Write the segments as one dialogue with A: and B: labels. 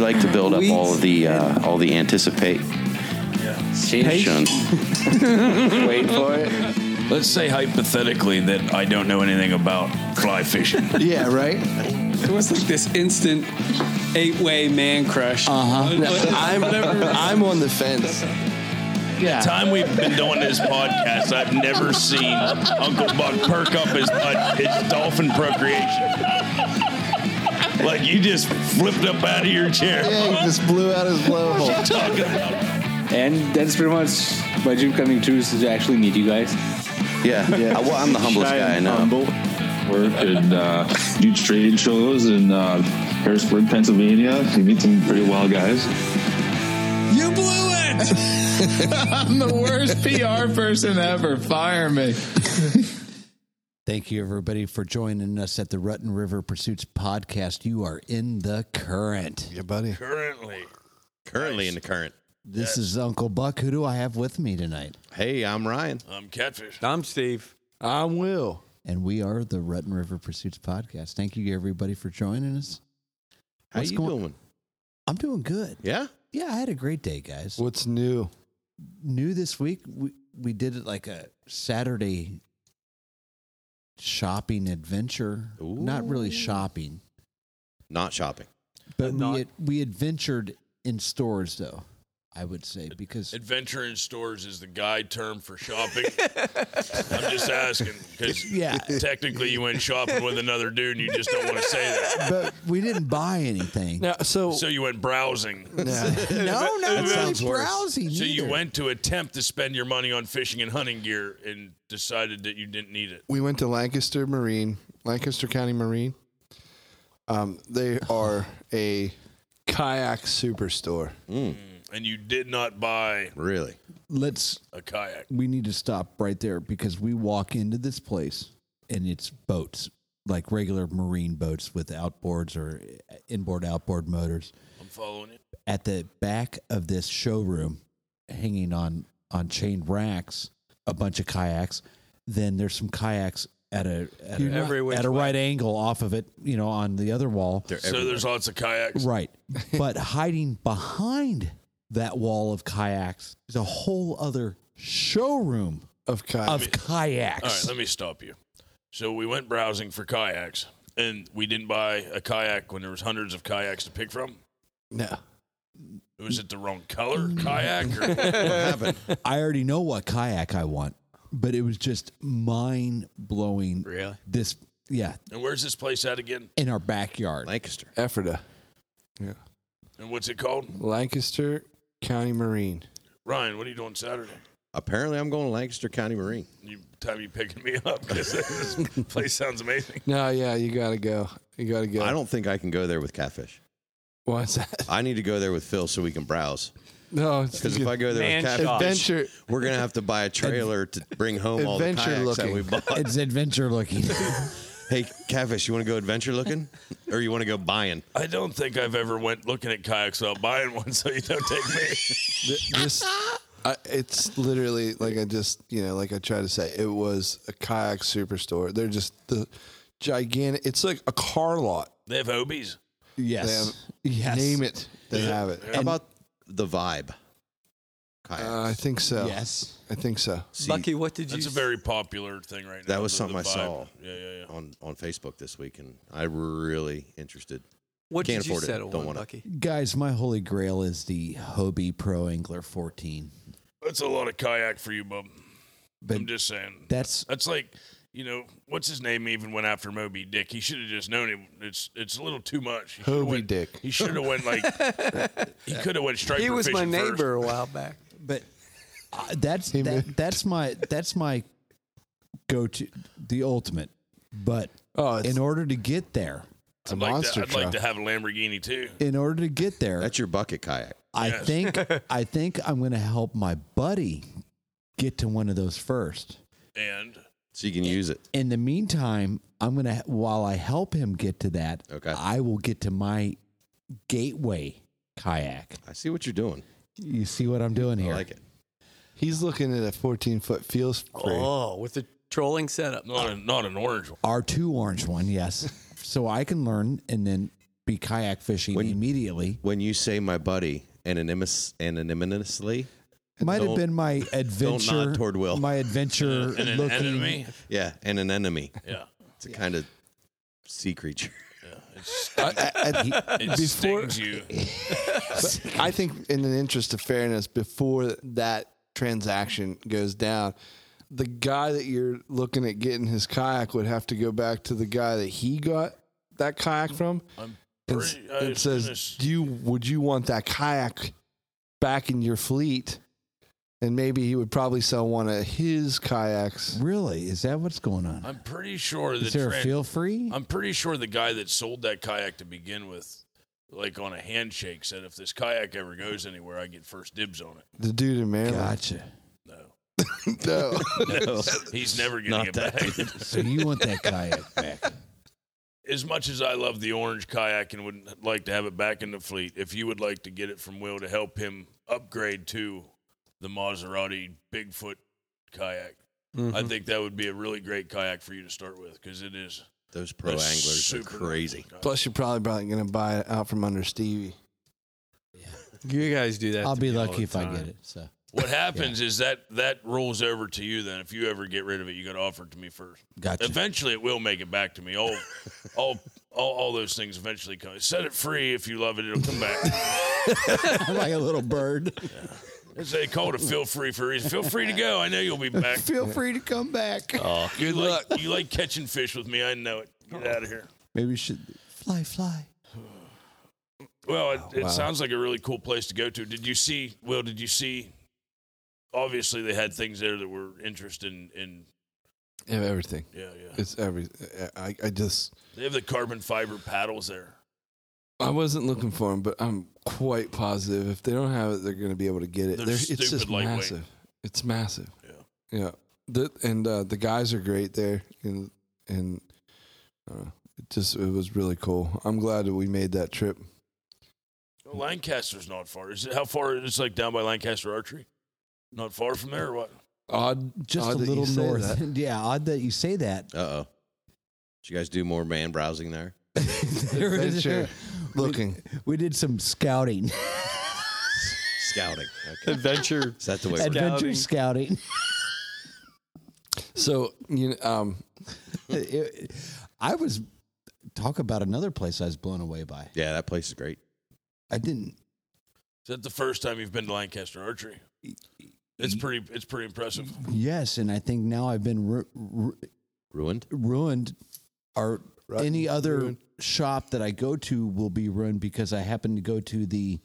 A: like to build up
B: Weeds
A: all the uh, all the anticipate.
C: Sheesh.
D: Wait for it.
C: Let's say hypothetically that I don't know anything about fly fishing.
E: Yeah, right?
B: It was like this instant eight-way man crush.
F: Uh-huh.
B: Uh
E: I'm, I'm on the fence.
C: Time we've been doing this podcast, I've never seen Uncle Buck perk up his uh, his dolphin procreation. Like you just flipped up out of your chair.
E: Yeah, he just blew out his blowhole.
C: Talking about
D: And that's pretty much my dream coming true is to actually meet you guys.
A: Yeah,
E: Yeah.
A: I, well, I'm the humblest
G: Shy
A: guy I
G: and
A: know.
G: humble.
H: Work and uh, do trade shows in uh, Harrisburg, Pennsylvania. You meet some pretty wild guys.
I: You blew it! I'm the worst PR person ever. Fire me.
J: Thank you, everybody, for joining us at the Rutten River Pursuits podcast. You are in the current.
E: Yeah, buddy.
G: Currently.
F: Currently in the current.
J: This is Uncle Buck. Who do I have with me tonight?
F: Hey, I'm Ryan.
C: I'm catfish.
G: I'm Steve.
E: I'm Will.
J: And we are the Rutten River Pursuits podcast. Thank you, everybody, for joining us.
F: How
J: What's
F: you
J: going-
F: doing?
J: I'm doing good.
F: Yeah.
J: Yeah, I had a great day, guys.
E: What's new?
J: New this week, we, we did it like a Saturday shopping adventure. Not really shopping,
F: Not shopping.
J: but we, ad- we adventured in stores, though, I would say, because
C: Adventure in stores is the guide term for shopping. I'm just asking because
J: Yeah.
C: technically you went shopping with another dude and you just don't want to say that.
J: but we didn't buy anything.
G: Now, so,
C: So you went browsing.
J: No, not really
E: sounds worse.
J: browsing.
C: So you
J: either.
C: went to attempt to spend your money on fishing and hunting gear and decided that you didn't need it.
E: We went to Lancaster Marine, Lancaster County Marine. Um, they are a kayak superstore.
C: And you did not buy
F: Really.
J: Let's.
C: a kayak.
J: We need to stop right there because we walk into this place and it's boats, like regular marine boats with outboards or inboard outboard motors.
C: I'm following you.
J: At the back of this showroom, hanging on on chain racks, a bunch of kayaks. Then there's some kayaks at a at, a, at a right angle off of it, you know, on the other wall.
F: They're
C: So
F: everywhere.
C: there's lots of kayaks.
J: Right. But hiding behind that wall of kayaks is a whole other showroom
E: Of kayak.
J: of
C: All right,
J: kayaks.
C: let me stop you. So we went browsing for kayaks and we didn't buy a kayak when there was hundreds of kayaks to pick from.
E: no.
C: Was it the wrong color kayak? Or
F: what happened?
J: I already know what kayak I want, but it was just mind blowing.
F: Really?
J: This, yeah,
C: and where's this place at again?
J: in our backyard.
F: Lancaster.
E: Ephrata.
C: And what's it called?
E: Lancaster County Marine.
C: Ryan, what are you doing Saturday?
F: Apparently, I'm going to Lancaster County Marine.
C: You time you picking me up 'Cause this place sounds amazing.
E: No, yeah, you gotta go. You gotta go.
F: I don't think I can go there with catfish.
E: What's that?
F: I need to go there with Phil so we can browse.
E: No, it's
F: Because if I go there with catfish,
E: adventure.
F: we're gonna have to buy a trailer to bring home all the
E: Adventure
F: kayaks that
E: looking.
F: we bought.
J: It's adventure looking.
F: Hey, catfish, you want to go adventure looking, or you want to go buying?
C: I don't think I've ever went looking at kayaks without buying one, so you don't take me.
E: Th- this I, it's literally like I just you know like I tried to say it was a kayak superstore. They're just the gigantic. It's like a car lot.
C: They have Obies.
J: yes. yes.
E: Name it, they have it.
F: How about the vibe? Kayak.
E: Uh, I think so.
J: Yes.
E: I think so.
F: See,
G: Bucky, what did you
C: That's a very popular thing right now.
F: That was
C: the-
F: something
C: the
F: I
C: vibe.
F: saw.
C: Yeah, yeah, yeah.
F: on on Facebook this week, and I really interested.
G: what
F: can't
G: did you
F: afford it.
G: settle
F: Don't
G: on,
F: want it.
G: Bucky?
J: Guys, my holy grail is the Hobie Pro Angler 14.
C: That's a lot of kayak for you, bub.
J: But
C: I'm just saying.
J: that's
C: That's like, you know, what's his name even went after Moby Dick? He should have just known him. It's it's a little too much. He shoulda
E: Hobie
C: went-
E: Dick.
C: He should have went like he could have went straight.
B: He was my neighbor a while back.
J: but uh, that's
E: He
J: that,
E: moved.
J: that's my that's my go to the ultimate. But
E: Oh, it's,
J: in order to get there,
E: it's a
C: I'd like,
E: monster
C: to, I'd
E: truck.
C: like to have a Lamborghini too.
J: in order to get there,
F: That's your bucket kayak.
J: I think I think I'm going to help my buddy get to one of those first.
C: And
F: So you can use it.
J: In the meantime, I'm going to while I help him get to that,
F: Okay.
J: I will get to my gateway kayak.
F: I see what you're doing.
J: You see what I'm doing here?
F: I like it.
E: He's looking at a 14 foot feels free.
G: Oh, with the trolling setup.
C: not, a, not an orange one.
J: R2 orange one, yes. so I can learn and then be kayak fishing immediately.
F: When you say my buddy anonymous, anonymously,
J: Might have
F: don't-
J: been my
F: don't
J: adventure.
F: nod toward Will.
J: My adventure
C: And an
J: looking.
C: enemy.
F: yeah, and an enemy.
C: Yeah.
F: It's a kind of sea creature.
C: It stings you.
E: I think, in the interest of fairness, before that transaction goes down, the guy that you're looking at getting his kayak would have to go back to the guy that he got that kayak from. and, s-
C: pretty- I
E: and
C: was
E: says,
C: finished.
E: "Do you would you want that kayak back in your fleet?" And maybe he would probably sell one of his kayaks.
J: Really? Is that what's going on?
C: I'm pretty sure the
J: Is there a
C: tran-
J: feel free?
C: I'm pretty sure the guy that sold that kayak to begin with, like on a handshake, said if this kayak ever goes anywhere, I get first dibs on it.
E: The dude in Maryland.
J: Gotcha.
C: No,
E: No.
C: he's never
F: Not
C: getting it back.
J: So you want that kayak back?
C: as much as I love the orange kayak and would like to have it back in the fleet, if you would like to get it from Will to help him upgrade to the Maserati Bigfoot kayak,
G: Mm-hmm.
C: I
F: Mm-hmm.
C: think that would be a really great kayak for you to start with because it is
F: Those pro
C: a
F: anglers are
C: super
F: crazy.
C: kayak.
E: Plus, you're probably probably gonna buy it out from under Stevie.
B: You guys do that.
J: I'll
B: to
J: be
B: me all
J: lucky
B: the
J: if I
B: time.
J: get it. So
C: What happens is that that rolls over to you. Then, if you ever get rid of it, you got to offer it to me first.
J: gotcha.
C: Eventually, it will make it back to me. All, all, all, all those things eventually come. Set it free if you love it; it'll come back.
J: I'm like a little bird.
C: As they call it a feel free for a reason. Feel free to go. I know you'll be back.
J: Feel free to come back.
C: Good luck. you like catching fish with me. I know it. Get out of here.
J: Maybe we should fly, fly.
C: Well, it, it sounds like a really cool place to go to. Did you see? Will, did you see? Obviously, they had things there that were interested in. in
E: You have everything.
C: yeah, yeah.
E: It's every. I, I just.
C: They have the carbon fiber paddles there.
E: I wasn't looking for them, but I'm quite positive if they don't have it, they're going to be able to get it.
C: They're
E: They're it's
C: stupid
E: just
C: lightweight.
E: massive. It's massive.
C: Yeah.
E: Yeah. The, and uh, the guys are great there, and and uh, it just it was really cool. I'm glad that we made that trip.
C: Lancaster's not far. Is it how far? It's like down by Lancaster Archery. Not far from there, or what?
E: Odd,
J: Just
E: odd
J: a
E: that you
J: little
E: say
J: north.
E: that.
J: yeah, odd that you say that.
F: Uh oh. Did you guys do more man browsing there?
J: There is-
E: Adventure looking.
J: We, we did some scouting,
F: Scouting. Okay.
B: Adventure.
F: Is that the way? we're-
J: adventure scouting.
E: So you know, um,
J: It- I was talk about another place I was blown away by.
F: Yeah, that place is great.
J: I didn't.
C: Is that the first time you've been to Lancaster Archery? It's pretty. It's pretty impressive.
J: Yes, and I think now I've been ru- ru-
F: Ruined.
J: ruined. Or
E: Rotten,
J: any other
E: ruined.
J: shop that I go to will be ruined because I happen to go to the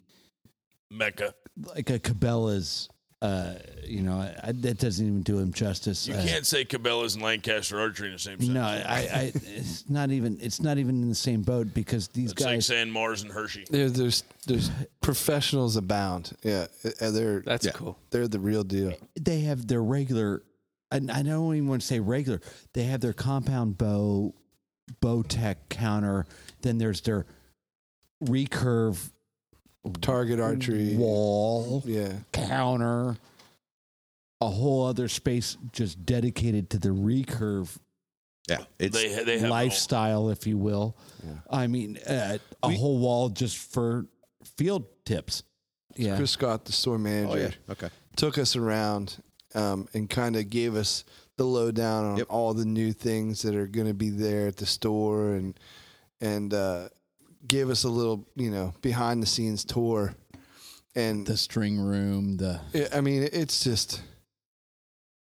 C: Mecca.
J: like a Cabela's. Uh, you know, I, I- that doesn't even do him justice.
C: You
J: Uh,
C: can't say Cabela's and Lancaster Archery in the same sentence.
J: No, I, I, it's not even. It's not even in the same boat because these
C: It's like
J: guys.
C: saying Mars and Hershey.
E: there, there's there's professionals abound. Yeah, uh, they're
B: That's cool.
E: they're the real deal.
J: they have their regular and I don't even want to say regular. They have their compound bow bow tech counter, then there's their recurve
E: Target archery.
J: wall
E: Yeah,
J: counter, a whole other space just dedicated to the recurve
F: Yeah, it's
C: They ha- they have it all.
J: lifestyle, if you will. I mean, uh, a whole wall just for field tips. Yeah.
E: Chris Scott, the store manager.
F: oh yeah okay.
E: took us around um, and kind of gave us the lowdown on
F: Yep.
E: all the new things that are going to be there at the store and and uh, gave us a little you know behind the scenes tour and
J: the string room, the
E: yeah, I mean, it's just.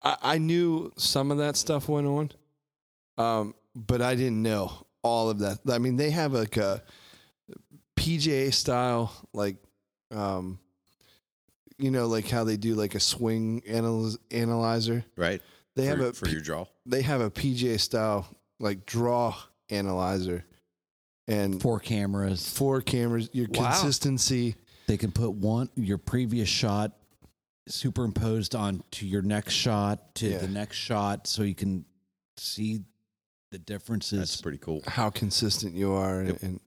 E: I, I knew some of that stuff went on, um, but I didn't know all of that. I mean, they have like a PGA style, like, um, you know, like how they do like a swing analyz- analyzer.
F: Right.
E: They
F: for,
E: have a
F: for your draw.
E: they have a PGA style like draw analyzer, and
J: four cameras.
E: four cameras. Your
B: Wow.
E: consistency.
J: They can put one your previous shot superimposed onto your next shot to
E: Yeah.
J: the next shot, so you can see the
F: That's
J: differences.
F: pretty cool.
E: how consistent you are and,
F: Yep.
E: and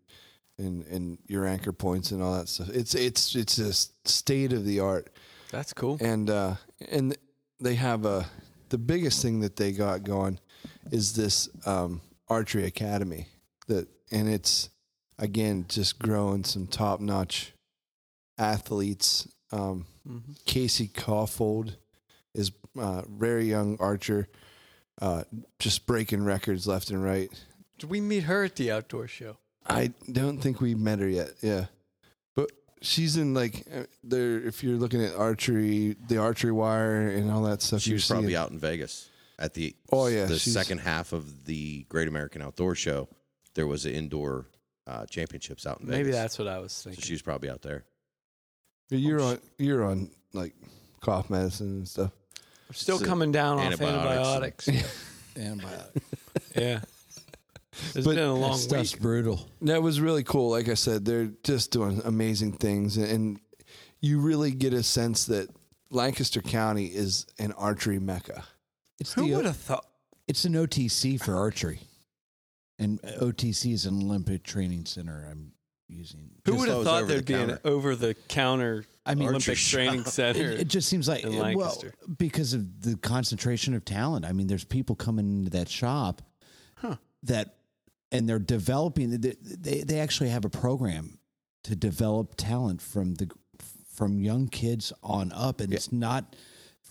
E: and and your anchor points and all that stuff. It's it's it's just state of the art
B: That's cool.
E: and uh and they have a the biggest thing that they got going is this um archery academy that and it's again, just growing some top notch athletes. Um,
G: Mm-hmm.
E: Casey Caulfield is uh, very young archer, uh, just breaking records left and right.
G: Did we meet her at the outdoor show?
E: I don't think we met her yet. Yeah, but she's in like uh, there. If you're looking at archery, the archery wire, and all that stuff,
F: She
E: you're
F: was probably
E: seeing-
F: out in Vegas at the
E: Oh, yeah,
F: the
E: she's-
F: second half of the Great American Outdoor Show. There was an indoor uh, championships out in Vegas.
G: Maybe that's what I was
F: so
G: thinking.
F: she was probably out there.
E: You're on. You're on like cough medicine and stuff.
G: I'm still
F: So-
G: coming down off
F: antibiotics.
G: antibiotics.
J: Antibiotics.
G: yeah. It's
E: But
G: been a long
J: Stuff's
G: week.
J: brutal.
E: That was really cool. Like I said, they're just doing amazing things, and- and you really get a sense that Lancaster County is an archery mecca.
J: It's
G: Who
J: the-
G: would have thought?
J: It's an OTC for archery, and OTC is an Olympic Training Center. I'm using.
G: Who would
F: Just thought it
G: have
F: was
G: thought
F: Oh, over the
G: there'd be an
F: counter.
G: over the counter
J: I mean-
G: Olympic
F: Archer
G: training center?
J: It, it just seems like uh,
G: in
J: well,
G: Lancaster.
J: because of the concentration of talent. I mean, there's people coming into that shop that, and they're developing. They, they they actually have a program to develop talent from the from young kids on up, and it's not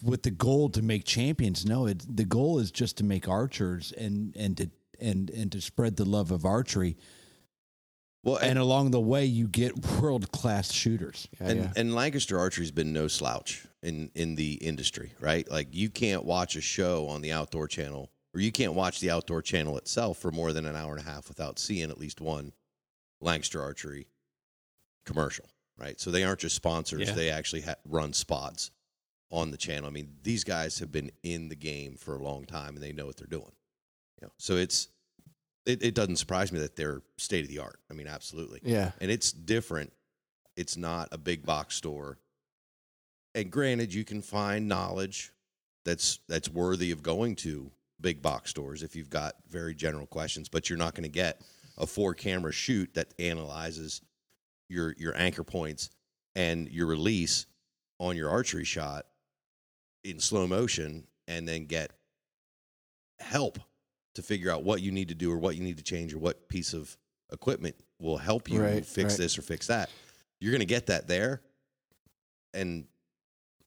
J: with the goal to make champions. No, it the goal is just to make archers and and to and and to spread the love of archery.
F: Well,
J: And
F: and
J: along the way, you get world class shooters.
F: and, and Lancaster Archery's been no slouch in in the industry, right? Like you can't watch a show on the Outdoor Channel, or you can't watch the Outdoor Channel itself for more than an hour and a half without seeing at least one Lancaster Archery commercial, right? So they aren't just sponsors;
G: Yeah.
F: they actually ha- run spots on the channel. I mean, these guys have been in the game for a long time, and they know what they're doing. You know, so it's it, it doesn't surprise me that they're state of the art. I mean, absolutely
E: Yeah,
F: and it's different. It's not a big box store. And granted, you can find knowledge that's that's worthy of going to big box stores if you've got very general questions, but you're not going to get a four camera shoot that analyzes your your anchor points and your release on your archery shot in slow motion and then get help to figure out what you need to do or what you need to change or what piece of equipment will help you
E: Right,
F: fix
E: right.
F: this or fix that. You're going to get that there and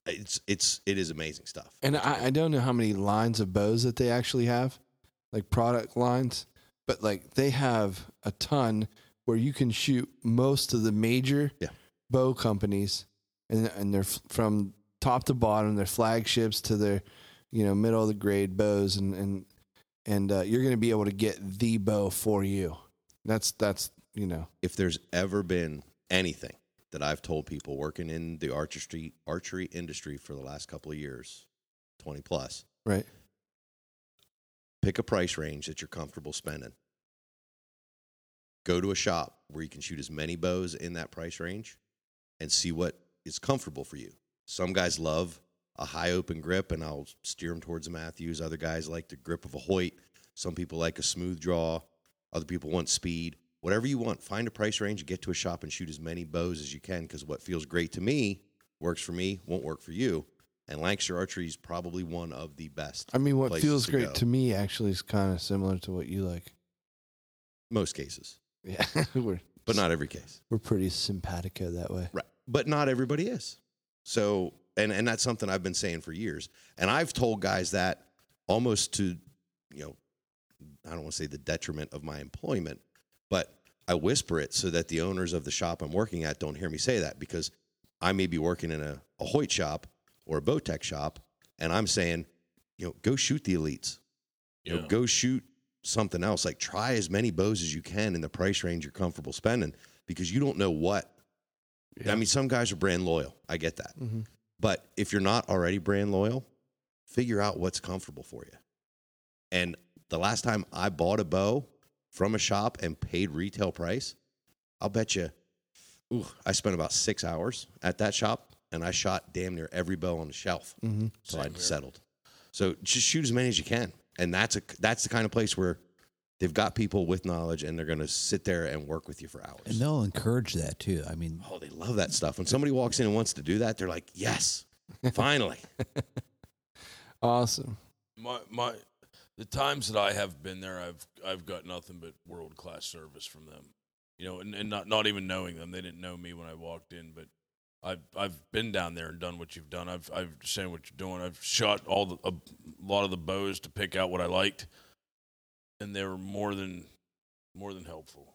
F: it's it's it is amazing stuff.
E: and I, I don't know how many lines of bows that they actually have, like product lines, but like they have a ton where you can shoot most of the major
F: Yeah.
E: bow companies, and and they're f- from top to bottom, their flagships to their, you know, middle of the grade bows, and and and uh, you're going to be able to get the bow for you. That's that's you know
F: if there's ever been anything that I've told people working in the archery archery industry for the last couple of years, 20 plus,
E: right.
F: pick a price range that you're comfortable spending. Go to a shop where you can shoot as many bows in that price range and see what is comfortable for you. Some guys love a high open grip and I'll steer them towards a Matthews. Other guys like the grip of a Hoyt. Some people like a smooth draw. Other people want speed. Whatever you want, find a price range and get to a shop and shoot as many bows as you can because what feels great to me works for me, won't work for you. And Lancaster Archery is probably one of the best.
E: I mean, what
F: places
E: feels great
F: go.
E: to me actually is kind of similar to what you like.
F: most cases,
E: Yeah, we're
F: but not every case.
E: we're pretty simpatico that way.
F: Right. But not everybody is. So, and and that's something I've been saying for years. And I've told guys that almost to, you know, I don't want to say the detriment of my employment, but I whisper it so that the owners of the shop I'm working at don't hear me say that because I may be working in a, a Hoyt shop or a Bowtech shop and I'm saying, you know, go shoot the elites. You know,
K: Yeah.
F: go shoot something else. Like try as many bows as you can in the price range you're comfortable spending because you don't know what I mean, some guys are brand loyal. I get that. But if you're not already brand loyal, figure out what's comfortable for you. And the last time I bought a bow from a shop and paid retail price, I'll bet you, ooh, I spent about six hours at that shop and I shot damn near every bow on the shelf. So I settled. So just shoot as many as you can. And that's, a, that's the kind of place where they've got people with knowledge and they're going to sit there and work with you for hours.
J: And they'll encourage that too. I mean,
F: Oh, they love that stuff. When somebody walks in and wants to do that, they're like, yes, finally.
E: Awesome.
K: my my the times that I have been there, I've I've got nothing but world class service from them. you know, and, and not not even knowing them. They didn't know me when I walked in, but I've I've been down there and done what you've done. I've I've seen what you're doing. I've shot all the a lot of the bows to pick out what I liked, and they were more than more than helpful.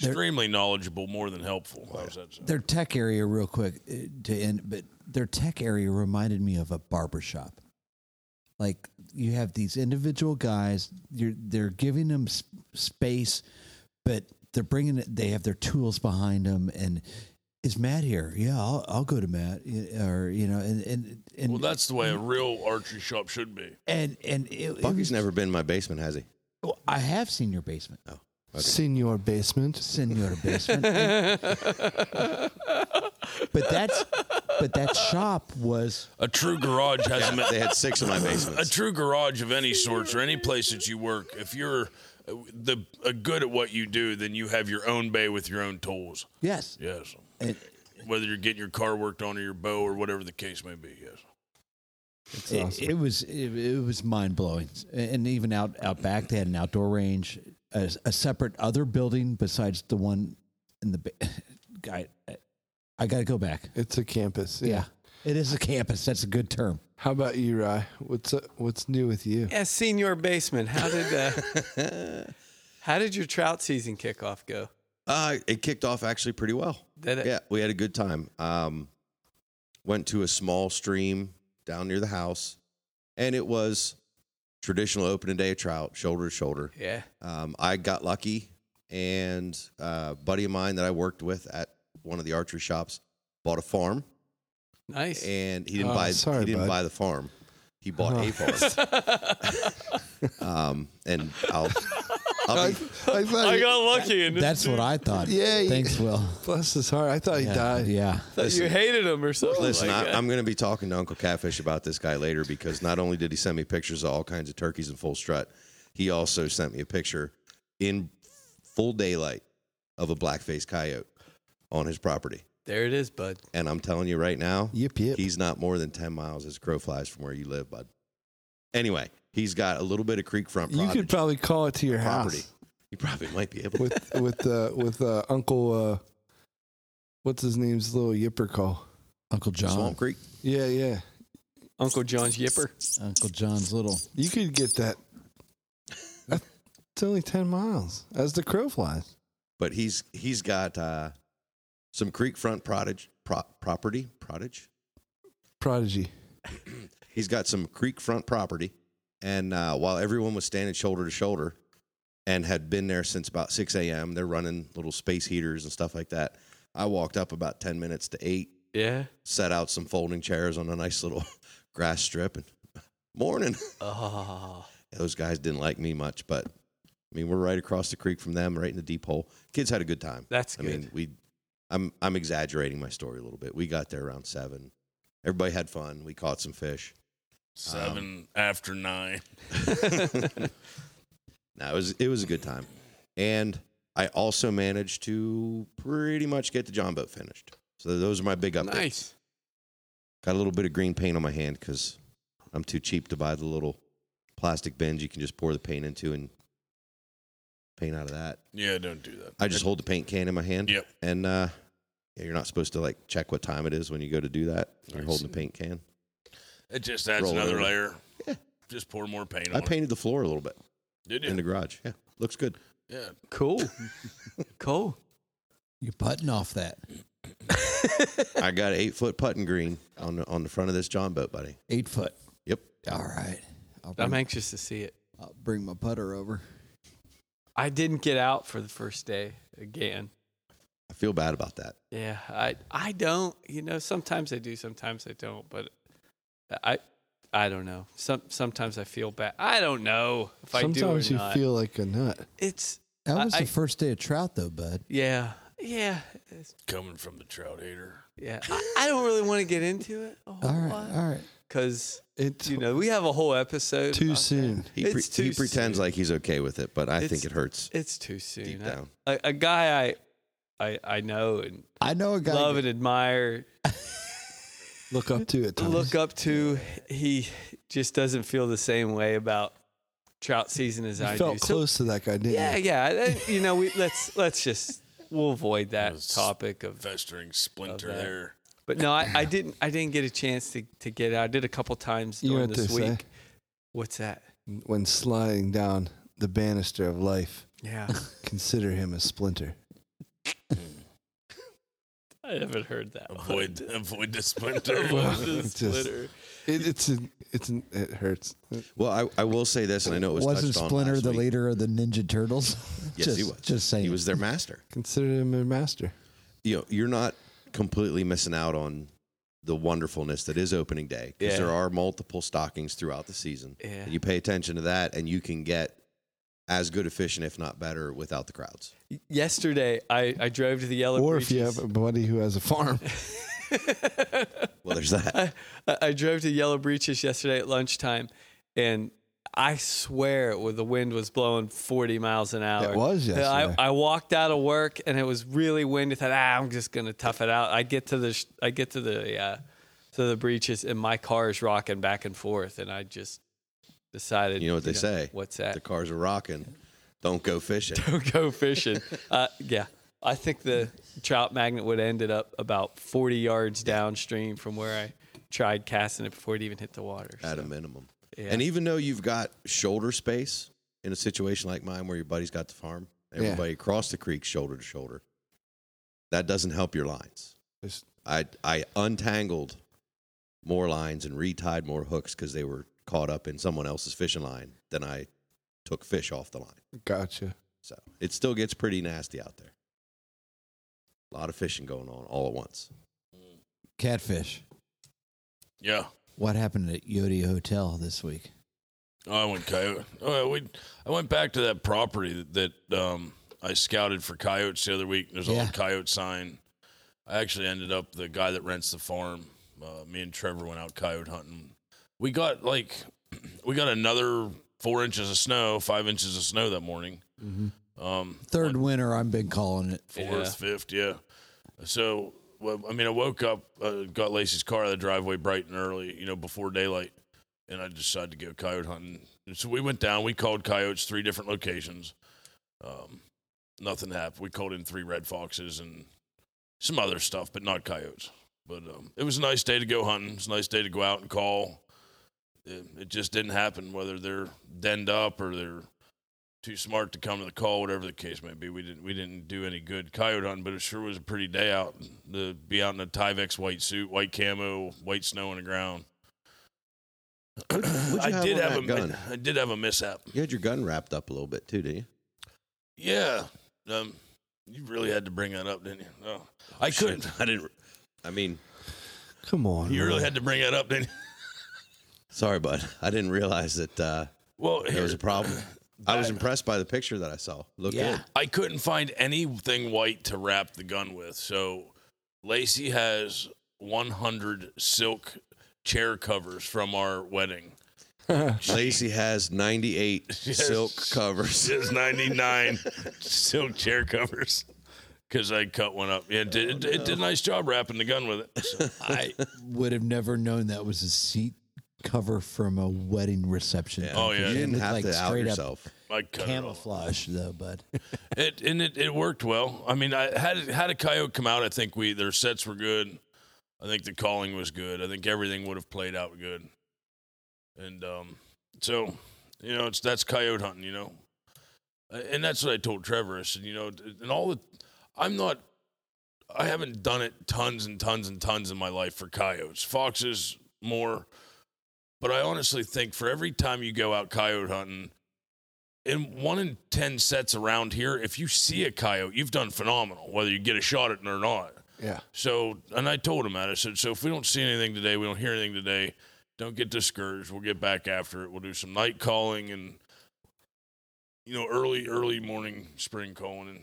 J: They're-
K: Extremely knowledgeable, more than helpful. How's that sound?
J: Their tech area, real quick uh, to end, but their tech area reminded me of a barber shop. Like you have these individual guys, you're they're giving them s- space, but they're bringing it. They have their tools behind them, and is Matt here? Yeah, I'll, I'll go to Matt, y- or you know, and and and
K: Well, that's the way a real archery shop should be.
J: and and it, it
F: Bucky's
J: was-
F: never been in my basement, has he?
J: well, I have seen your basement,
E: Senior basement.
J: Senor basement. but that's but that shop was
K: A true garage has a, me-
F: They had six in my basement.
K: a true garage of any sorts or any place that you work. If you're uh, the uh, good at what you do, then you have your own bay with your own tools.
J: yes.
K: Yes.
J: It-
K: Whether you're getting your car worked on or your bow or whatever the case may be. Yes.
J: it, it was it, it was mind blowing, and even out out back they had an outdoor range, a, a separate other building besides the one in the ba- guy. I got to go back.
E: It's a campus. Yeah.
J: Yeah. it is a campus. That's a good term.
E: How about you, Rye? What's up, what's new with you?
B: Yeah, senior basement. How did uh, how did your trout season kickoff go?
F: Uh, it kicked off actually pretty well.
B: Did it?
F: Yeah, we had a good time. Um, went to a small stream down near the house, and it was traditional opening day of trout, shoulder to shoulder.
B: Yeah.
F: Um, I got lucky, and uh, a buddy of mine that I worked with at one of the archery shops bought a farm,
B: Nice.
F: and he didn't
E: Oh,
F: buy
E: sorry,
F: he didn't
E: bud.
F: buy the farm. He bought a farm.
E: Uh-huh.
F: um, and I'll, I'll be,
E: I thought he,
B: got lucky and
J: That's what I thought.
E: Yeah, yeah.
J: thanks, Will.
E: bless his heart. I thought he
J: Yeah,
E: died.
J: yeah.
B: you hated him or something.
F: Listen,
B: like that.
F: I, I'm going to be talking to Uncle Catfish about this guy later because not only did he send me pictures of all kinds of turkeys in full strut, he also sent me a picture in full daylight of a black-faced coyote on his property.
B: there it is, bud.
F: And I'm telling you right now,
E: Yip yip.
F: he's not more than 10 miles as crow flies from where you live, bud. Anyway, he's got a little bit of creek front
E: you could probably call it to your
F: property.
E: house
F: You probably might be able to.
E: with with uh, with uh, Uncle. Uh, what's his name's little yipper call?
J: Uncle John.
F: Swamp Creek.
E: Yeah, yeah.
B: Uncle John's yipper.
J: Uncle John's little.
E: You could get that. It's only ten miles as the crow flies.
F: but he's he's got uh, some creek front prodig- pro- property prodige.
E: Prodigy.
F: He's got some creek front property, and uh, while everyone was standing shoulder to shoulder, and had been there since about six a.m., they're running little space heaters and stuff like that. I walked up about ten minutes to eight,
B: Yeah.
F: set out some folding chairs on a nice little grass strip, and morning.
B: Oh.
F: Those guys didn't like me much, but I mean, we're right across the creek from them, right in the deep hole. Kids had a good time.
B: That's
F: I
B: good.
F: mean, we, I'm I'm exaggerating my story a little bit. We got there around seven. Everybody had fun. We caught some fish.
K: Seven Um, after nine.
F: No, it was it was a good time, and I also managed to pretty much get the John boat finished. So those are my big updates.
B: nice.
F: Got a little bit of green paint on my hand because I'm too cheap to buy the little plastic bins you can just pour the paint into and paint out of that.
K: Yeah, don't do that.
F: I just hold the paint can in my hand.
K: Yep.
F: And uh, yeah, you're not supposed to like check what time it is when you go to do that. You're holding the paint can.
K: It just adds
F: Roll
K: another
F: over.
K: layer. Just pour more paint on
F: I painted the floor a little bit
K: it. Did
F: in the
K: you?
F: garage. Yeah, looks good.
K: Yeah.
B: Cool. cool.
J: You're button off that
F: I got an eight foot putting green on the, on the front of this John boat, buddy.
J: eight foot.
F: Yep.
J: All right. I'll bring,
B: I'm anxious to see it.
J: I'll bring my putter over.
B: I didn't get out for the first day again.
F: I feel bad about that.
B: Yeah, I I don't. You know, sometimes I do, sometimes I don't. But I I don't know. Some sometimes I feel bad. I don't know if I do or
E: Sometimes you
B: not.
E: feel like a nut.
B: it's
J: That
B: I-
J: was
B: I-
J: the first day of trout, though, bud.
B: yeah, yeah, it's-
K: Coming from the trout hater.
B: yeah. I, I don't really want to get into it a whole
J: All right,
B: lot
J: all right.
B: because
E: It's
B: you know we have a whole episode
E: too
B: on that.
E: soon.
F: He,
B: It's
F: pre-
B: too
F: he pretends
B: soon.
F: like he's okay with it, but I
B: It's-
F: think it hurts
B: It's too soon.
F: deep
B: I-
F: down.
B: a, a guy I I I know and
J: I know a guy.
B: love and admire
E: Look up to it. Thomas.
B: look up to he just doesn't feel the same way about trout season as I
E: You felt
B: do. So-
E: close to that guy, didn't
B: yeah,
E: you?
B: yeah. that- You know, we let's let's just we'll avoid that topic of
C: festering splinter
B: that.
C: there.
B: But no, I, I didn't. I didn't get a chance to, to get out. I did a couple times
E: You know
B: during
E: what
B: this
E: they say?
B: week. What's that?
E: When sliding down the banister of life,
B: Yeah.
E: consider him a splinter.
B: I haven't heard that.
C: Avoid avoid the splinter.
E: Well,
C: Avoid the
E: it's just-
C: splinter.
E: it, it's an, it's an, it hurts.
F: Well, I, I will say this, and I know it was
J: Wasn't
F: touched on
J: Splinter
F: last
J: the
F: week.
J: leader of the Ninja Turtles?
F: Yes,
J: just,
F: he was.
J: Just saying.
F: He was their master.
E: Consider him a master.
F: you know, you're not completely missing out on the wonderfulness that is opening day because
B: Yeah.
F: there are multiple stockings throughout the season.
B: Yeah.
F: And you pay attention to that, and you can get as good a fishing, if not better, without the crowds.
B: Yesterday, I, I drove to the Yellow
E: or
B: Creek.
E: if you have a buddy who has a farm,
F: Well, there's that.
B: I, I I drove to Yellow Breaches yesterday at lunchtime, and I swear it wa- the wind was blowing 40 miles an hour.
E: was
B: And
E: yesterday.
B: I, I walked out of work and it was really windy. Thought, ah, I'm just gonna tough it out. I get to the sh- I get to the uh, to the breaches, and my car is rocking back and forth, and I just decided.
F: You know what they say?
B: What's that?
F: The cars are rocking. Don't go fishing.
B: go fishing. Uh, yeah, I think the trout magnet would have ended up about 40 yards downstream from where I tried casting it before it even hit the water.
F: at a minimum.
B: Yeah.
F: And even though you've got shoulder space in a situation like mine where your buddy's got the farm,
E: Yeah.
F: everybody across the creek shoulder to shoulder, that doesn't help your lines.
E: It's-
F: I, I untangled more lines and retied more hooks because they were caught up in someone else's fishing line than I took fish off the line.
E: gotcha.
F: So it still gets pretty nasty out there. A lot of fishing going on all at once.
J: Catfish.
C: Yeah.
J: What happened at Yodi Hotel this week?
C: Oh, I went coyote. Oh, I went, I went back to that property that, that um, I scouted for coyotes the other week. There's a
J: Yeah.
C: little coyote sign. I actually ended up the guy that rents the farm. Uh, me and Trevor went out coyote hunting. We got like, we got another four inches of snow, five inches of snow that morning.
J: Mm-hmm.
C: Um,
J: Third winter, I've been calling it.
C: fourth, fifth, yeah. So, well, I mean, I woke up, uh, got Lacey's car out of the driveway bright and early, you know, before daylight, and I decided to go coyote hunting. And so we went down, we called coyotes three different locations. Um, nothing happened. We called in three red foxes and some other stuff, but not coyotes. But um, it was a nice day to go hunting. It's a nice day to go out and call. It, it just didn't happen, whether they're denned up or they're too smart to come to the call, whatever the case may be. We didn't we didn't do any good coyote hunting, but it sure was a pretty day out to be out in a Tyvex white suit, white camo, white snow on the ground.
F: What'd
C: I
F: you have
C: did
F: on
C: have
F: that
C: a
F: gun?
C: I did have a mishap.
F: You had your gun wrapped up a little bit too, didn't you?
C: Yeah, um, you really had to bring that up, didn't you? No, I couldn't.
F: I didn't. I mean,
E: Come on.
C: You really had to bring that up, didn't you?
F: Sorry, bud. I didn't realize that uh,
C: Well,
F: there was
C: here-
F: a problem. I was impressed by the picture that I saw. Looked good.
C: I couldn't find anything white to wrap the gun with. So Lacey has 100 silk chair covers from our wedding.
F: Lacey has 98 silk covers.
C: She has 99 silk chair covers because I cut one up. Yeah, It did, it, did a nice job wrapping the gun with it. So I,
J: Would have never known that was a seat cover from a wedding reception.
C: Oh, yeah.
F: You
J: It
F: didn't
J: looked
F: have
J: like
F: to out
J: straight up
F: yourself.
C: I cut it off.
J: Camouflage, though, bud.
C: It and it, it worked well. I mean, I had had a coyote come out. I think we their sets were good. I think the calling was good. I think everything would have played out good. And um, so you know, it's that's coyote hunting. You know, Uh, and that's what I told Trevor. I said, you know, and all the I'm not. I haven't done it tons and tons and tons in my life for coyotes, foxes more. But I honestly think for every time you go out coyote hunting, in one in 10 sets around here, if you see a coyote, you've done phenomenal, whether you get a shot at it or not.
E: Yeah.
C: So, and I told him that. I said, so if we don't see anything today, we don't hear anything today, don't get discouraged. We'll get back after it. We'll do some night calling and, you know, early, early morning spring calling. And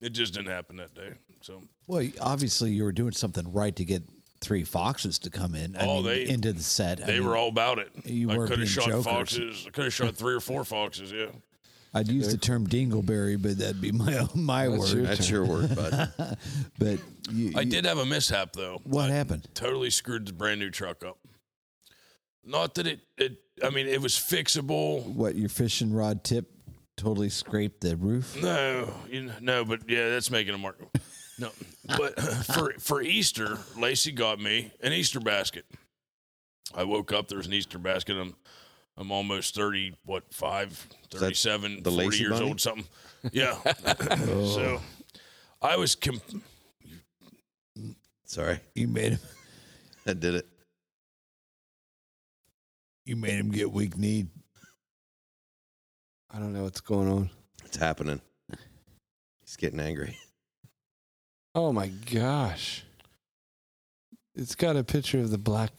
C: it just didn't happen that day. So,
J: Well, obviously, you were doing something right to get three foxes to come in. I
C: Oh,
J: mean,
C: they-
J: into the set. I
C: they
J: mean,
C: were all about it.
J: you
C: I
J: weren't
C: could have
J: being
C: shot
J: jokers.
C: foxes. I could have shot three or four foxes. Yeah.
J: I'd use the term dingleberry, but that'd be my my
E: That's
J: word.
E: your
F: That's your word, bud.
J: but you,
C: I
J: you-
C: did have a mishap, though.
J: What happened?
C: totally screwed the brand new truck up. Not that it, it I mean, it was fixable.
J: What your fishing rod tip totally scraped the roof?
C: No, you know, no, but yeah, that's making a mark. No, but for for Easter, Lacey got me an Easter basket. I woke up. There's an Easter basket. I'm I'm almost thirty. What five?
F: that
C: 37,
F: the
C: 40
F: Lacey
C: years
F: bunny? Oh.
C: old, something. Yeah. So I was com-
F: Sorry.
J: You made him.
F: I did it.
J: You made him get weak kneed.
E: I don't know what's going on.
F: It's happening. He's getting angry.
E: Oh my gosh. It's got a picture of the black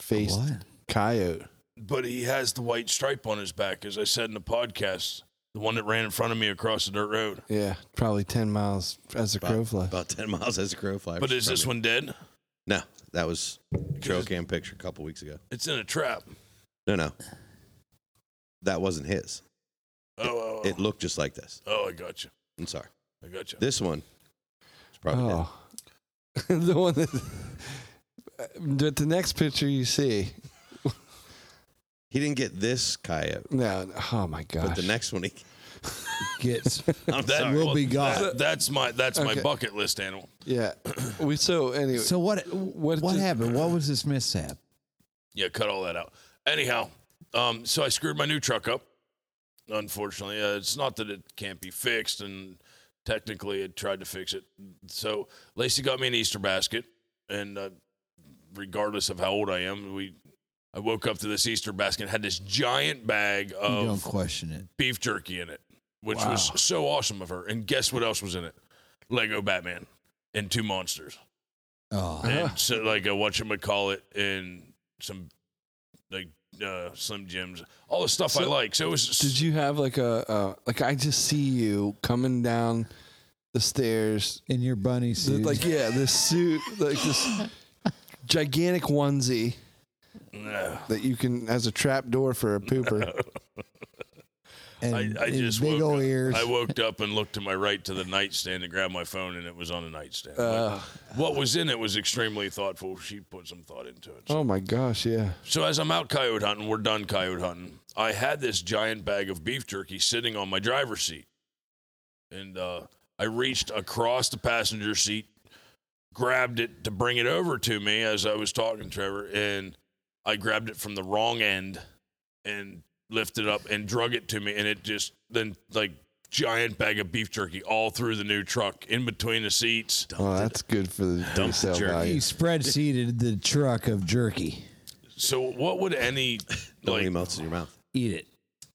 E: faced
J: What?
E: coyote.
C: but he has the white stripe on his back, as I said in the podcast. The one that ran in front of me across the dirt road.
E: Yeah, probably 10 miles as a crow flies.
F: About 10 miles as a crow flies.
C: But is this
F: from
C: one dead?
F: me. No, that was trail cam picture a couple weeks ago.
C: It's in a trap.
F: No, no. That wasn't his.
C: Oh, oh,
F: It looked just like this.
C: oh I got you.
F: I'm sorry.
C: I got you.
F: This one. It's probably
E: Oh. the one that. uh, But the next picture you see.
F: He didn't get this coyote,
E: No, oh my gosh.
F: but the next one he
J: Gets
F: I'm
C: That
F: sorry.
J: will be
C: That-
J: gone.
C: that's my that's my
E: Okay.
C: bucket list animal.
E: Yeah. We so anyway.
J: So what?
E: What
J: What,
E: did-
J: happened? What was this mishap?
C: Yeah, cut all that out. Anyhow, um, so I screwed my new truck up. Unfortunately, uh, it's not that it can't be fixed, and technically, it tried to fix it. So Lacey got me an Easter basket, and uh, regardless of how old I am, we I woke up to this Easter basket and had this giant bag
J: You don't
C: of
J: question it.
C: beef jerky in it, which was so awesome of her. And guess what else was in it? Lego Batman and two monsters.
E: Uh-huh.
J: Oh,
C: and so like uh, call it and some like uh, Slim Jims, all the stuff I
E: So,
C: like. So it was
E: Did you have like a uh, like I just see you coming down the stairs
J: in your bunny suit.
E: like yeah this suit like this gigantic onesie
C: Nah.
E: that you can as a trap door for a pooper.
J: and,
C: I, I
J: and
C: just
J: big
C: woke
J: old
C: up.
J: ears.
C: I woke up and looked to my right to the nightstand and grabbed my phone and it was on the nightstand.
E: Uh,
C: But what was in it was extremely thoughtful. She put some thought into it.
E: oh my gosh, yeah.
C: So as I'm out coyote hunting, we're done coyote hunting. I had this giant bag of beef jerky sitting on my driver's seat, and uh, I reached across the passenger seat, grabbed it to bring it over to me as I was talking to Trevor, and I grabbed it from the wrong end and lifted up and drug it to me, and it just then like giant bag of beef jerky all through the new truck in between the seats.
E: Oh, that's good for the resale
F: jerky.
E: value.
J: you spread seated the truck of jerky.
C: So what would any
F: only
C: like?
F: melts in your mouth.
J: Eat it.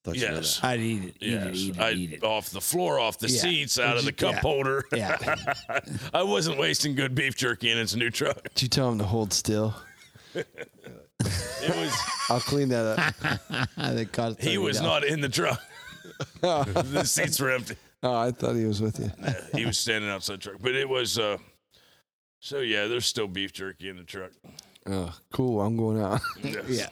F: Thought you knew
C: Yes.
F: that.
J: I'd eat it. Eat it.
C: Yes,
J: Eat it.
C: I,
J: eat it.
C: off the floor, off the
J: Yeah.
C: seats, out of the cup
J: Yeah.
C: holder.
J: Yeah.
C: I wasn't wasting good beef jerky in its new truck.
E: Did you tell him to hold still?
C: It was
E: I'll clean that up.
J: That cost
C: he was
J: $30.
C: not in the truck. the seats were empty.
E: Oh, I thought he was with you.
C: He was standing outside the truck, but it was. uh So yeah, there's still beef jerky in the truck.
E: Oh, cool. I'm going out.
C: Yes.
J: Yeah.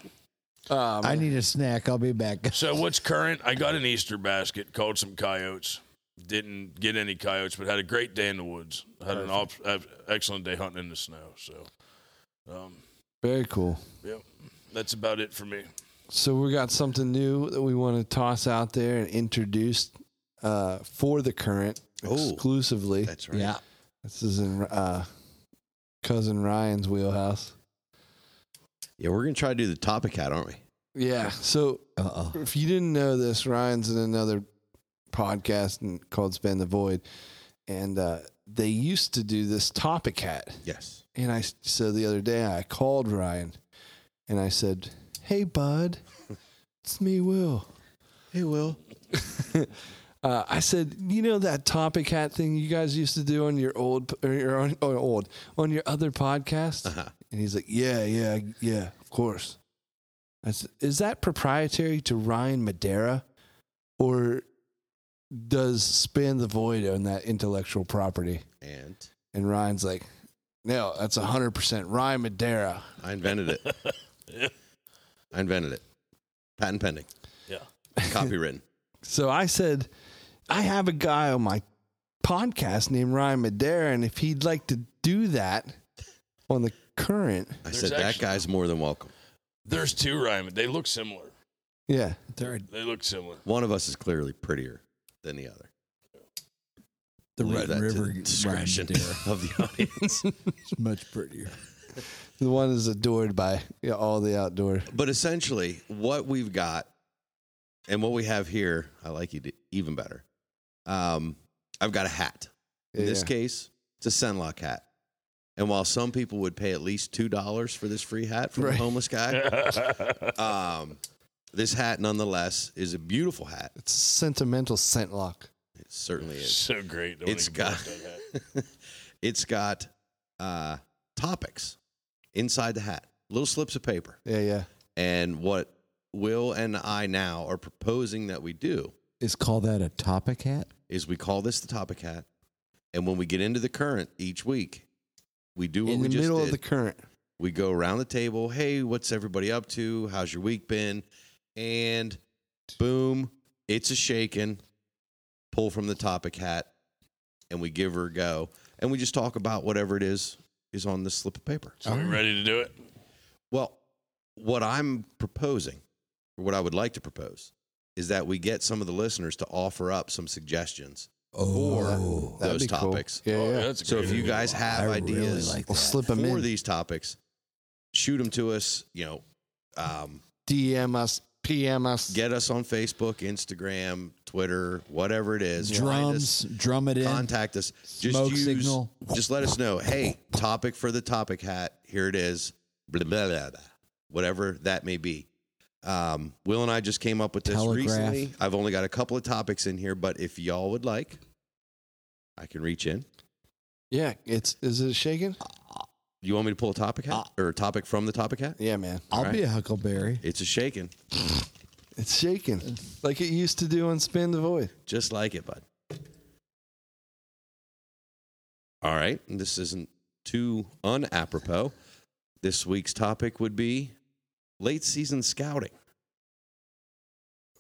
E: Um,
J: I need a snack. I'll be back.
C: So what's current? I got an Easter basket, caught some coyotes. Didn't get any coyotes, but had a great day in the woods. Had an op- uh, excellent day hunting in the snow. So, um,
E: very cool.
C: yep, that's about it for me.
E: So we got something new that we want to toss out there and introduce uh, for the current
F: Oh.
E: exclusively.
F: That's right.
J: Yeah.
E: This is in uh, cousin Ryan's wheelhouse.
F: Yeah, we're gonna try to do the topic hat, aren't we?
E: Yeah. So
J: Uh oh.
E: if you didn't know this, Ryan's in another podcast and called Spin the Void, and uh, they used to do this topic hat.
F: Yes.
E: And I so the other day I called Ryan, and I said, "Hey, bud, it's me, Will."
F: Hey, Will.
E: Uh, I said, you know that topic hat thing you guys used to do on your old or your on, on old on your other podcast?
F: Uh-huh.
E: And he's like, yeah, yeah, yeah, of course. I said, is that proprietary to Ryan Madera, or does Span the Void own that intellectual property?
F: And
E: And Ryan's like, no, that's hundred percent Ryan Madera.
F: I invented it. I invented it. Patent pending.
C: Yeah.
F: Copywritten.
E: So I said, I have a guy on my podcast named Ryan Madera, and if he'd like to do that on the current,
F: I
C: There's
F: said that
C: actually-
F: guy's more than welcome.
C: There's two rhyming. They look similar.
E: Yeah.
C: They look similar.
F: One of us is clearly prettier than the other.
J: The
F: Leave
J: Red
F: that to
J: River
F: the discretion
J: rhyme there.
F: of the audience.
J: it's much prettier.
E: The one is adored by yeah, all the outdoor.
F: But essentially, what we've got and what we have here, I like you to, even better. Um, I've got a hat. In this
E: Yeah.
F: case, it's a Senlock hat. And while some people would pay at least two dollars for this free hat from a
E: Right.
F: homeless guy, um, this hat nonetheless is a beautiful hat.
E: It's sentimental scent lock.
F: It certainly is.
C: So great.
F: It's got it's got uh, topics inside the hat, little slips of paper.
E: Yeah, yeah.
F: And what Will and I now are proposing that we do
J: Is call that a topic hat?
F: is we call this the topic hat. And when we get into the current each week, we do what
E: In
F: we
E: the
F: just
E: middle
F: did.
E: of the current.
F: we go around the table. Hey, what's everybody up to? How's your week been? And boom, it's a shaking. Pull from the topic hat, and we give her a go, and we just talk about whatever it is is on this slip of paper.
C: So we ready to do it?
F: Well, what I'm proposing, or what I would like to propose, is that we get some of the listeners to offer up some suggestions
E: Oh,
F: for those topics. Oh,
E: Yeah, yeah.
C: Oh, that's a
F: So
C: great
F: if you
C: idea.
F: guys have
J: I really
F: ideas
J: like
E: We'll slip them
F: for
E: in.
F: these topics, shoot them to us. You know, um,
E: DM us, PM us.
F: get us on Facebook, Instagram, Twitter, whatever it is. Find
J: Drums,
F: us,
J: drum it in.
F: contact us. Just
J: Smoke
F: use,
J: signal.
F: Just let us know. Hey, topic for the topic hat. Here it is. Blah blah blah. blah. Whatever that may be. Um, Will and I just came up with this
J: Telegraph.
F: recently. I've only got a couple of topics in here, but if y'all would like, I can reach in.
E: Yeah, it's is it shaking?
F: You want me to pull a topic hat
J: Uh,
F: or a topic from the topic hat?
E: Yeah, man.
J: I'll
F: All
J: be
F: right.
J: a huckleberry.
F: It's a shaking,
E: It's shaking. Like it used to do on Spin the Void.
F: just like it, bud. All right, and this isn't too unapropos. This week's topic would be late season scouting.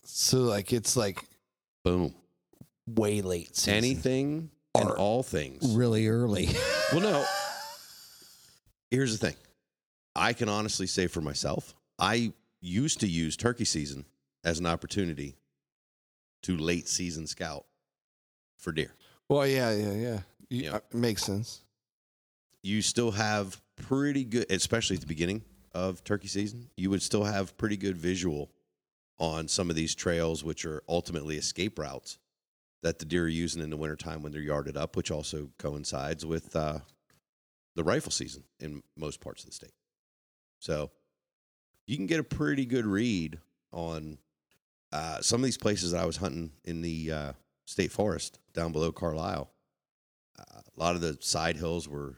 E: So like it's like
F: Boom.
J: Way late. Season.
F: Anything and all things.
J: Really early.
F: Well, no. Here's the thing. I can honestly say for myself, I used to use turkey season as an opportunity to late season scout for deer.
E: Well, yeah, yeah, yeah. You,
F: Yeah.
E: uh, makes sense.
F: You still have pretty good, especially at the beginning of turkey season, you would still have pretty good visual on some of these trails, which are ultimately escape routes that the deer are using in the wintertime when they're yarded up, which also coincides with uh, the rifle season in most parts of the state. So you can get a pretty good read on uh, some of these places that I was hunting in the uh, state forest down below Carlisle. Uh, a lot of the side hills were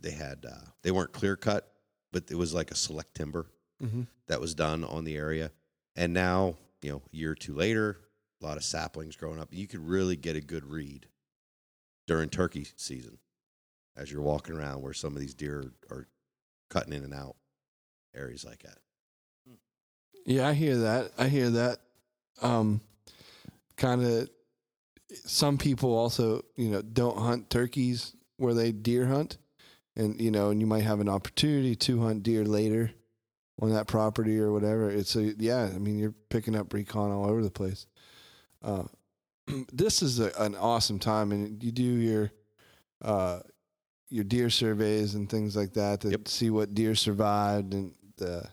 F: they had uh, they weren't clear cut, but it was like a select timber
E: Mm-hmm.
G: Mhm.
F: that was done on the area. And now you know, a year or two later, a lot of saplings growing up. You could really get a good read during turkey season as you're walking around where some of these deer are cutting in and out areas like that.
E: Yeah, I hear that. I hear that. Um, kind of. Some people also, you know, don't hunt turkeys where they deer hunt, and you know, and you might have an opportunity to hunt deer later on that property or whatever. It's a yeah. I mean, you're picking up recon all over the place. Uh, this is a, an awesome time, and you do your uh, your deer surveys and things like that to see what deer survived and the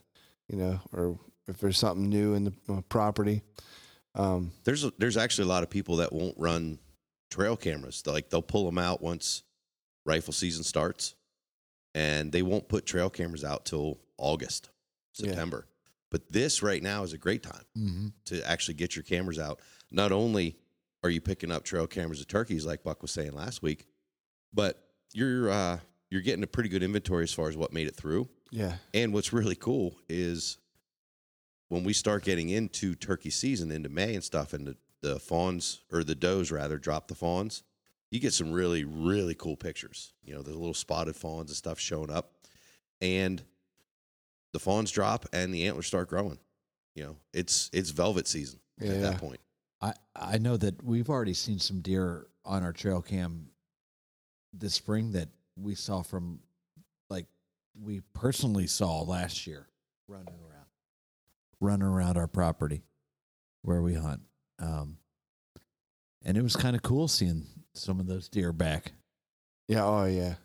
E: you know, or if there's something new in the uh, property. Um,
F: There's there's actually a lot of people that won't run trail cameras. They're like they'll pull them out once rifle season starts, and they won't put trail cameras out till August,
E: Yeah.
F: September. But this right now is a great time.
J: Mhm.
F: to actually get your cameras out. Not only are you picking up trail cameras of turkeys, like Buck was saying last week, but you're uh, you're getting a pretty good inventory as far as what made it through.
E: yeah,
F: And what's really cool is when we start getting into turkey season, into May and stuff, and the, the fawns or the does rather drop the fawns, you get some really really cool pictures. You know, the little spotted fawns and stuff showing up, and the fawns drop and the antlers start growing. You know, it's it's velvet season
E: Yeah.
F: at that point.
J: I I know that we've already seen some deer on our trail cam this spring that we saw from like we personally saw last year. running around, running around our property where we hunt. Um, and it was kind of cool seeing some of those deer back. Uh,
E: Yeah. Oh, yeah.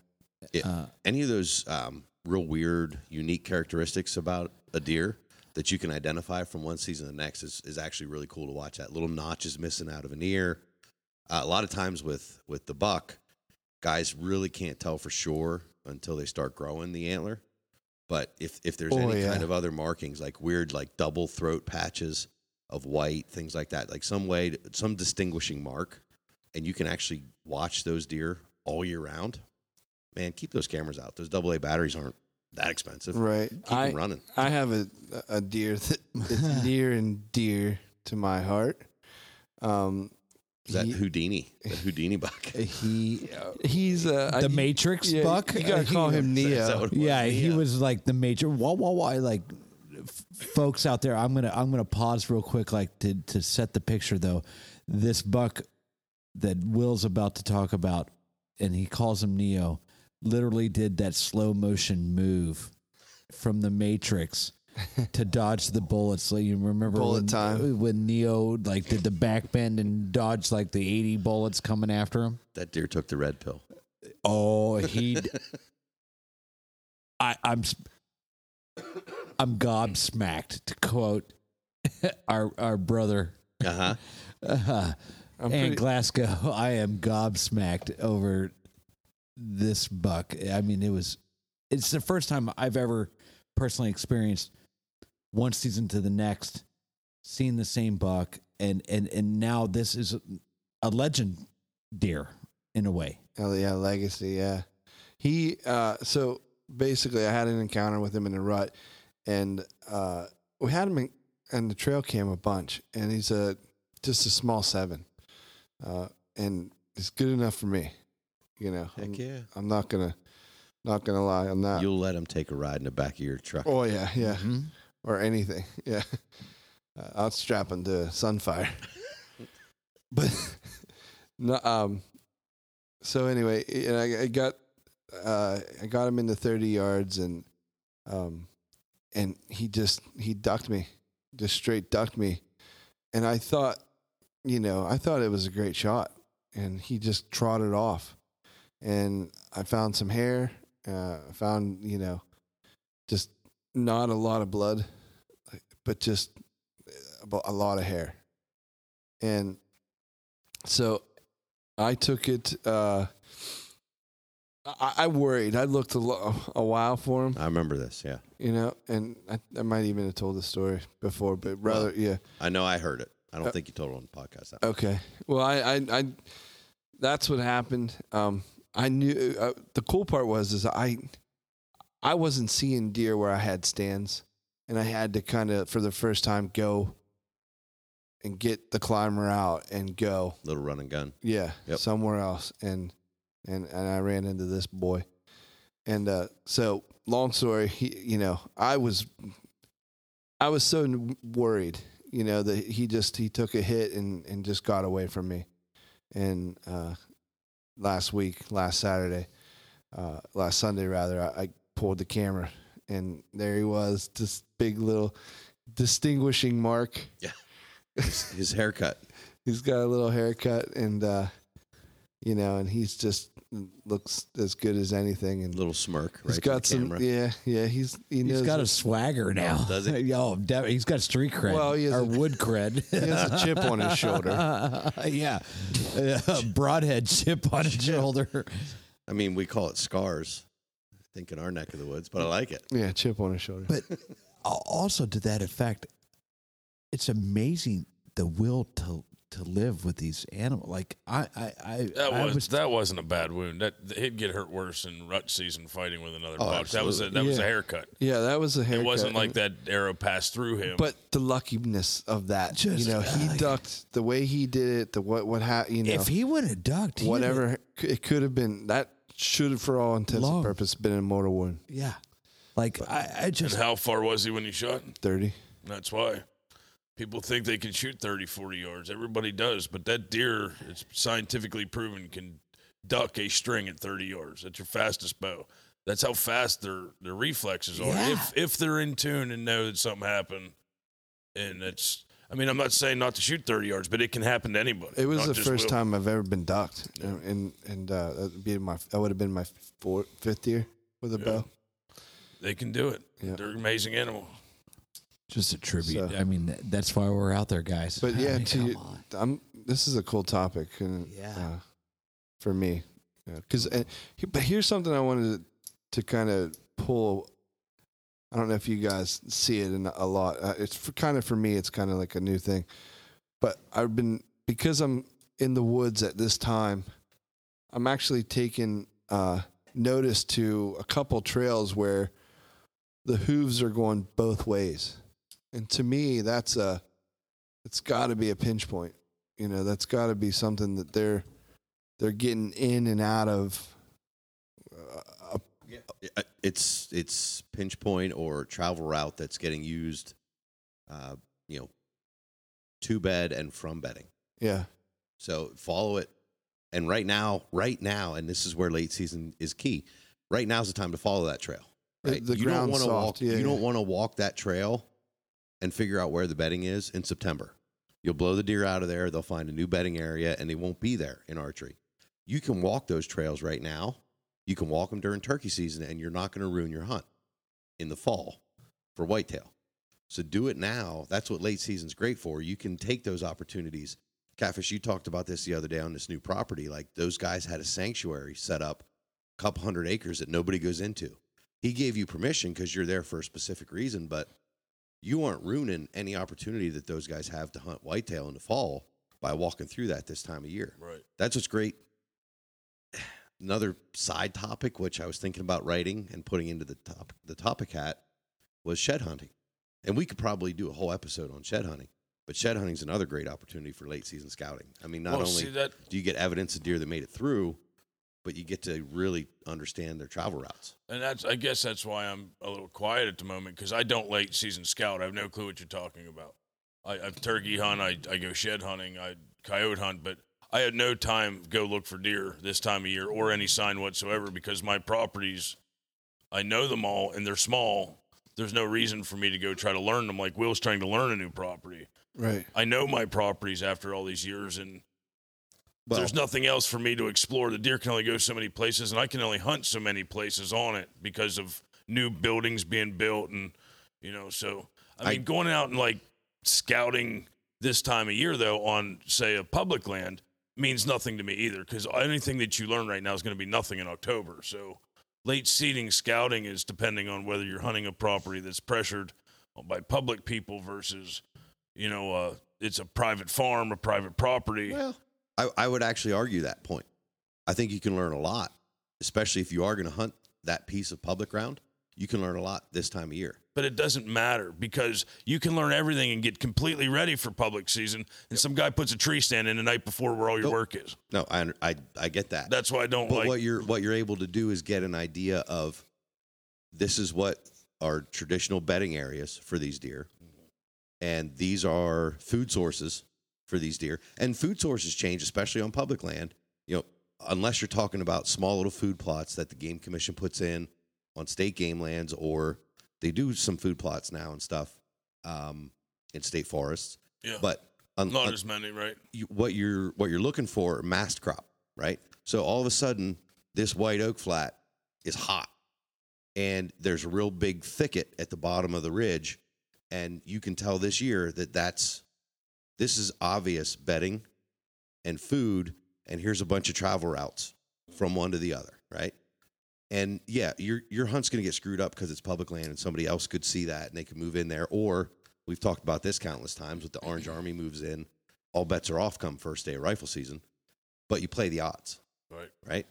F: Yeah. Any of those um, real weird, unique characteristics about a deer that you can identify from one season to the next is, is actually really cool to watch. That little notch is missing out of an ear. Uh, a lot of times with with the buck, guys really can't tell for sure until they start growing the antler. But if if there's
E: Oh,
F: any
E: yeah.
F: kind of other markings, like weird, like double throat patches of white, things like that, like some way, some distinguishing mark, and you can actually watch those deer all year round man, keep those cameras out. Those AA batteries aren't that expensive.
E: Right.
F: Keep
E: I,
F: them running.
E: I have a a deer that it's near and dear to my heart. Um,
F: Is that
E: he-
F: Houdini? That Houdini buck?
J: He
E: he's uh,
J: the Matrix
E: yeah,
J: buck. uh,
E: You gotta call him
J: He-
E: Neo.
J: Yeah, he was like the major. Wah wah wah. Like f- folks out there, I'm gonna I'm gonna pause real quick, like to to set the picture though. This buck that Will's about to talk about, and he calls him Neo. Literally did that slow motion move from the Matrix to dodge the bullets. So you remember
E: Bullet
J: when,
E: time.
J: when Neo like did the back bend and dodged like the 80 bullets coming after him.
F: That deer took the red pill.
J: Oh, he. I, I'm. s- I'm gobsmacked to quote our our brother.
F: Uh-huh.
J: Uh,
E: I'm
J: and
E: pretty-
J: Glasgow, I am gobsmacked over this buck. I mean, it was. It's the first time I've ever personally experienced one season to the next, seeing the same buck, and and and now this is a legend deer in a way.
E: Oh yeah, legacy. Yeah, he. Uh, so basically, I had an encounter with him in the rut, and uh, we had him in, in the trail cam a bunch, and he's a just a small seven, uh, and it's good enough for me. You know,
F: Heck
E: I'm,
F: yeah.
E: I'm not gonna, not gonna lie on that.
F: You'll let him take a ride in the back of your truck.
E: uh, oh yeah, yeah, or anything. Yeah, uh, I'll strap him to Sunfire, but no. Um, so anyway, i- and I, I got uh, I got him into thirty yards, and um, and he just he ducked me, just straight ducked me, and I thought, you know, I thought it was a great shot, and he just trotted off, and I found some hair, uh, I found you know, just not a lot of blood, but just uh, a lot of hair, and so I took it. Uh, I, I worried. I looked a, lo- a while for him,
F: I remember this. Yeah.
E: you know, and I, I might even have told the story before, but rather, yeah.
F: I know I heard it. I don't
E: Uh,
F: think you told it on the podcast. That
E: Okay. Well, I, I, I that's what happened. Um, I knew uh, the cool part was is I, I wasn't seeing deer where I had stands, and I had to kind of for the first time go and get the climber out and go.
F: little run and gun.
E: Yeah,
F: Yep.
E: somewhere else, and and and I ran into this boy, and uh, so long story, he, you know, I was, I was so n- worried, you know, that he just he took a hit and and just got away from me, and uh, last week, last Saturday, uh, last Sunday rather, I, I pulled the camera, and there he was, this big little distinguishing mark.
F: His, his haircut.
E: he's got a little haircut and uh you know and he's just mm, looks as good as anything and
F: Little smirk. Right
E: he's
F: to
E: got
F: the
E: some
F: camera.
E: yeah yeah he's he knows
J: He's got a swagger now.
F: Oh, Does he?
J: Yo, de- he's got street cred
E: Well, he has
J: or
E: a-
J: wood cred.
E: he has a chip on his shoulder
J: yeah, a broadhead chip on his shoulder.
F: I mean, we call it scars. I think in our neck of the woods, but I like it.
E: yeah chip on his shoulder
J: But al- also to that effect, it's amazing the will to to live with these animals. Like I, I, I,
C: That
J: I
C: was, that wasn't a bad wound. That he'd get hurt worse in rut season fighting with another
F: Oh,
C: buck. That was a, that was a
E: Yeah.
C: haircut.
E: yeah that was a haircut
C: It wasn't like
E: and-
C: that arrow passed through him.
E: but the luckiness of that
J: Just,
E: you know he
J: like-
E: ducked the way he did it the what what ha- you know
J: if he would have ducked, he would've-
E: whatever it could have been that should have for all intents
J: Long.
E: and purposes been a mortal wound
J: yeah. Like I, I
C: and
J: just
C: how far was he when he shot?
E: 30
C: That's why people think they can shoot 30, 40 yards. Everybody does, but that deer, it's scientifically proven, can duck a string at 30 yards. That's your fastest bow. That's how fast their their reflexes are. If if they're in tune and know that something happened, and it's. I mean, I'm not saying not to shoot 30 yards, but it can happen to anybody.
E: It was
C: not
E: the
C: just
E: first
C: Will.
E: time I've ever been docked, and and, and uh, that'd be my that would have been my fourth, fifth year with a bow.
C: They can do it.
E: Yeah.
C: They're an amazing animal.
J: Just a tribute.
E: So-
J: I mean, th- that's why we're out there, guys.
E: But yeah,
J: I mean,
E: to
J: come
E: you,
J: on.
E: I'm. This is a cool topic. And,
J: Yeah.
E: uh, for me, because but here's something I wanted to, to kind of pull. I don't know if you guys see it in a lot. Uh, it's for, kind of for me. It's kind of like a new thing, but I've been because I'm in the woods at this time. I'm actually taking uh, notice to a couple trails where the hooves are going both ways, and to me, that's a it's got to be a pinch point. You know, that's got to be something that they're they're getting in and out of. Uh,
F: I- it's it's pinch point or travel route that's getting used, uh, you know, to bed and from bedding.
E: yeah,
F: So follow it. And right now, right now, and this is where late season is key. Right now is the time to follow that trail.
E: The-
F: Right?
E: the
F: you
E: ground's
F: don't want to
E: soft,
F: walk.
E: yeah,
F: you
E: yeah.
F: don't want to walk that trail and figure out where the bedding is in September. You'll blow the deer out of there. They'll find a new bedding area, and they won't be there in archery. You can walk those trails right now. You can walk them during turkey season, and you're not going to ruin your hunt in the fall for whitetail. So do it now. That's what late season's great for. You can take those opportunities. Catfish, you talked about this the other day on this new property. Like those guys had a sanctuary set up, a couple hundred acres that nobody goes into. He gave you permission because you're there for a specific reason, but you aren't ruining any opportunity that those guys have to hunt whitetail in the fall by walking through that this time of year.
C: Right.
F: That's what's great. Another side topic, which I was thinking about writing and putting into the top the topic hat, was shed hunting. And we could probably do a whole episode on shed hunting. But shed hunting is another great opportunity for late season scouting. I mean, not
C: Well,
F: only
C: see, that-
F: do you get evidence of deer that made it through, but you get to really understand their travel routes.
C: And that's, I guess that's why I'm a little quiet at the moment because I don't late season scout. I have no clue what you're talking about. I, I turkey hunt, I, I go shed hunting, I coyote hunt, but I had no time to go look for deer this time of year or any sign whatsoever because my properties, I know them all and they're small. There's no reason for me to go try to learn them like Will's trying to learn a new property.
E: right.
C: I know my properties after all these years, and
F: Well-
C: there's nothing else for me to explore. The deer can only go so many places, and I can only hunt so many places on it because of new buildings being built, and you know. So I
F: I-
C: mean, going out and like scouting this time of year, though, on say a public land means nothing to me either because anything that you learn right now is going to be nothing in October. So late seeding scouting is depending on whether you're hunting a property that's pressured by public people versus you know, uh, it's a private farm, a private property.
F: Well, I, I would actually argue that point. I think you can learn a lot, especially if you are going to hunt that piece of public ground. You can learn a lot this time of year.
C: but it doesn't matter because you can learn everything and get completely ready for public season. And some guy puts a tree stand in the night before where all your work is.
F: No, I, under- I, I get that.
C: That's why I don't
F: but
C: like.
F: what you're what you're able to do is get an idea of this is what are traditional bedding areas for these deer
C: Mm-hmm.
F: and these are food sources for these deer and food sources change especially on public land you know unless you're talking about small little food plots that the game commission puts in on state game lands or they do some food plots now and stuff um, in state forests
C: Yeah.
F: but um, uh, un-
C: not
F: un-
C: as many, right? Oh,
F: you, what you're what you're looking for are mast crop, right? So all of a sudden, this white oak flat is hot, and there's a real big thicket at the bottom of the ridge, and you can tell this year that that's this is obvious bedding and food, and here's a bunch of travel routes from one to the other, right? And yeah, your your hunt's going to get screwed up because it's public land, and somebody else could see that and they could move in there. Or we've talked about this countless times with the Orange Army moves in, all bets are off come first day of rifle season. But you play the odds,
C: Right.
F: right?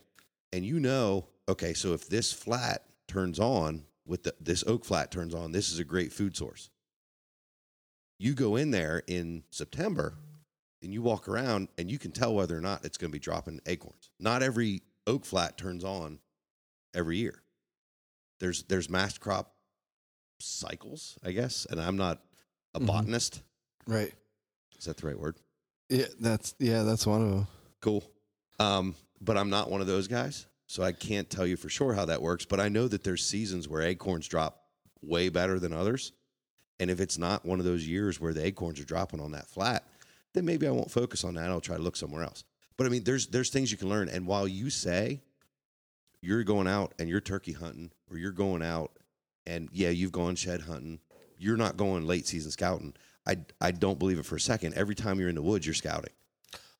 F: And you know, okay, so if this flat turns on with the, this oak flat turns on, this is a great food source. You go in there in September and you walk around and you can tell whether or not it's going to be dropping acorns. Not every oak flat turns on every year. There's there's mass crop cycles, I guess, and I'm not a
E: Mhm.
F: botanist.
E: Right.
F: Is that the right word?
E: Yeah, that's yeah, that's one of them.
F: Cool. Um, but I'm not one of those guys. So I can't tell you for sure how that works, but I know that there's seasons where acorns drop way better than others. And if it's not one of those years where the acorns are dropping on that flat, then maybe I won't focus on that. I'll try to look somewhere else. But I mean, there's there's things you can learn. And while you say you're going out and you're turkey hunting, or you're going out and yeah, you've gone shed hunting, you're not going late season scouting. I I don't believe it for a second. Every time you're in the woods, you're scouting.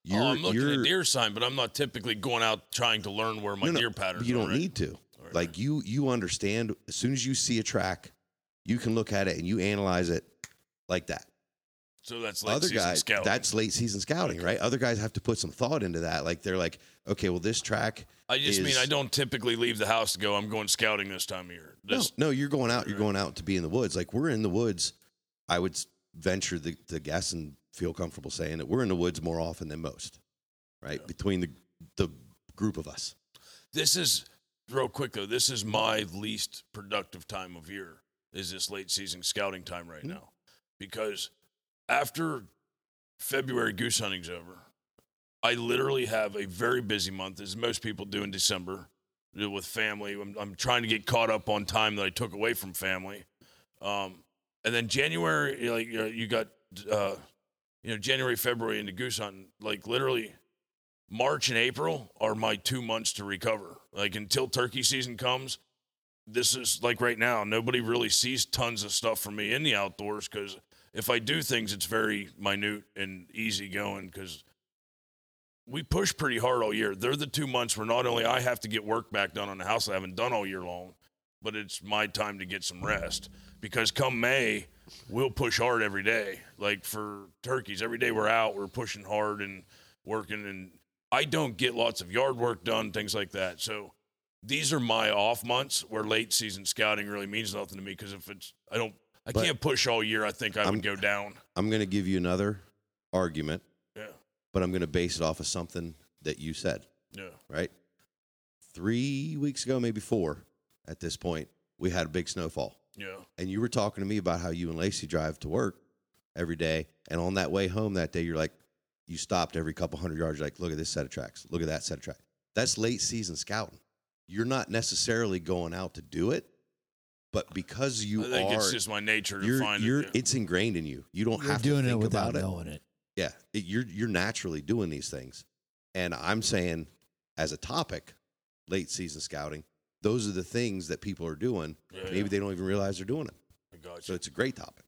F: You're,
C: oh, I'm looking
F: you're-
C: at deer sign, but I'm not typically going out trying to learn where my
F: no, no,
C: deer patterns
F: You
C: are.
F: don't
C: right?
F: need to. Like you you understand as soon as you see a track, you can look at it and you analyze it like that.
C: So that's late
F: Other
C: season
F: guys,
C: scouting.
F: that's late season scouting, right? Other guys have to put some thought into that. Like they're like, okay, well this track.
C: I just
F: is-
C: mean I don't typically leave the house to go. I'm going scouting this time of year.
F: No, no, you're going out. You're going out to be in the woods. Like we're in the woods. I would s- venture the, the guess and feel comfortable saying that we're in the woods more often than most, right? Between the the group of us.
C: This is real quick though. This is my least productive time of year. Is this late season scouting time right now? Because after February goose hunting's over, I literally have a very busy month, as most people do in December, uh, with family. I'm, I'm trying to get caught up on time that I took away from family. Um, and then January, you know, like you, know, you got, uh, you know, January, February into goose hunting. Like literally, March and April are my two months to recover. Like until turkey season comes, this is like right now, nobody really sees tons of stuff from me in the outdoors because if I do things, it's very minute and easy going because we push pretty hard all year. They're the two months where not only I have to get work back done on the house I haven't done all year long, but it's my time to get some rest because come May, we'll push hard every day. Like for turkeys, every day we're out, we're pushing hard and working. And I don't get lots of yard work done, things like that. So these are my off months where late season scouting really means nothing to me because if it's, I don't, I
F: But-
C: can't push all year. I think I
F: I'm-
C: would go down.
F: I'm going to give you another argument.
C: Yeah.
F: But I'm going to base it off of something that you said.
C: Yeah.
F: Right. Three weeks ago, maybe four at this point, we had a big snowfall.
C: Yeah.
F: And you were talking to me about how you and Lacey drive to work every day. And on that way home that day, you're like, you stopped every couple hundred yards. You're like, look at this set of tracks. Look at that set of tracks. That's late season scouting. You're not necessarily going out to do it, but because you
C: I think
F: are,
C: it's just my nature to
F: you're,
C: find it,
F: you're,
C: yeah.
F: It's ingrained in you. You don't
J: You're
F: have
J: doing
F: to
J: it
F: think
J: without
F: about it.
J: knowing it.
F: Yeah, it- you're you're naturally doing these things, and I'm saying, as a topic, late season scouting. Those are the things that people are doing.
C: Yeah,
F: Maybe
C: yeah.
F: they don't even realize they're doing it. So it's a great topic.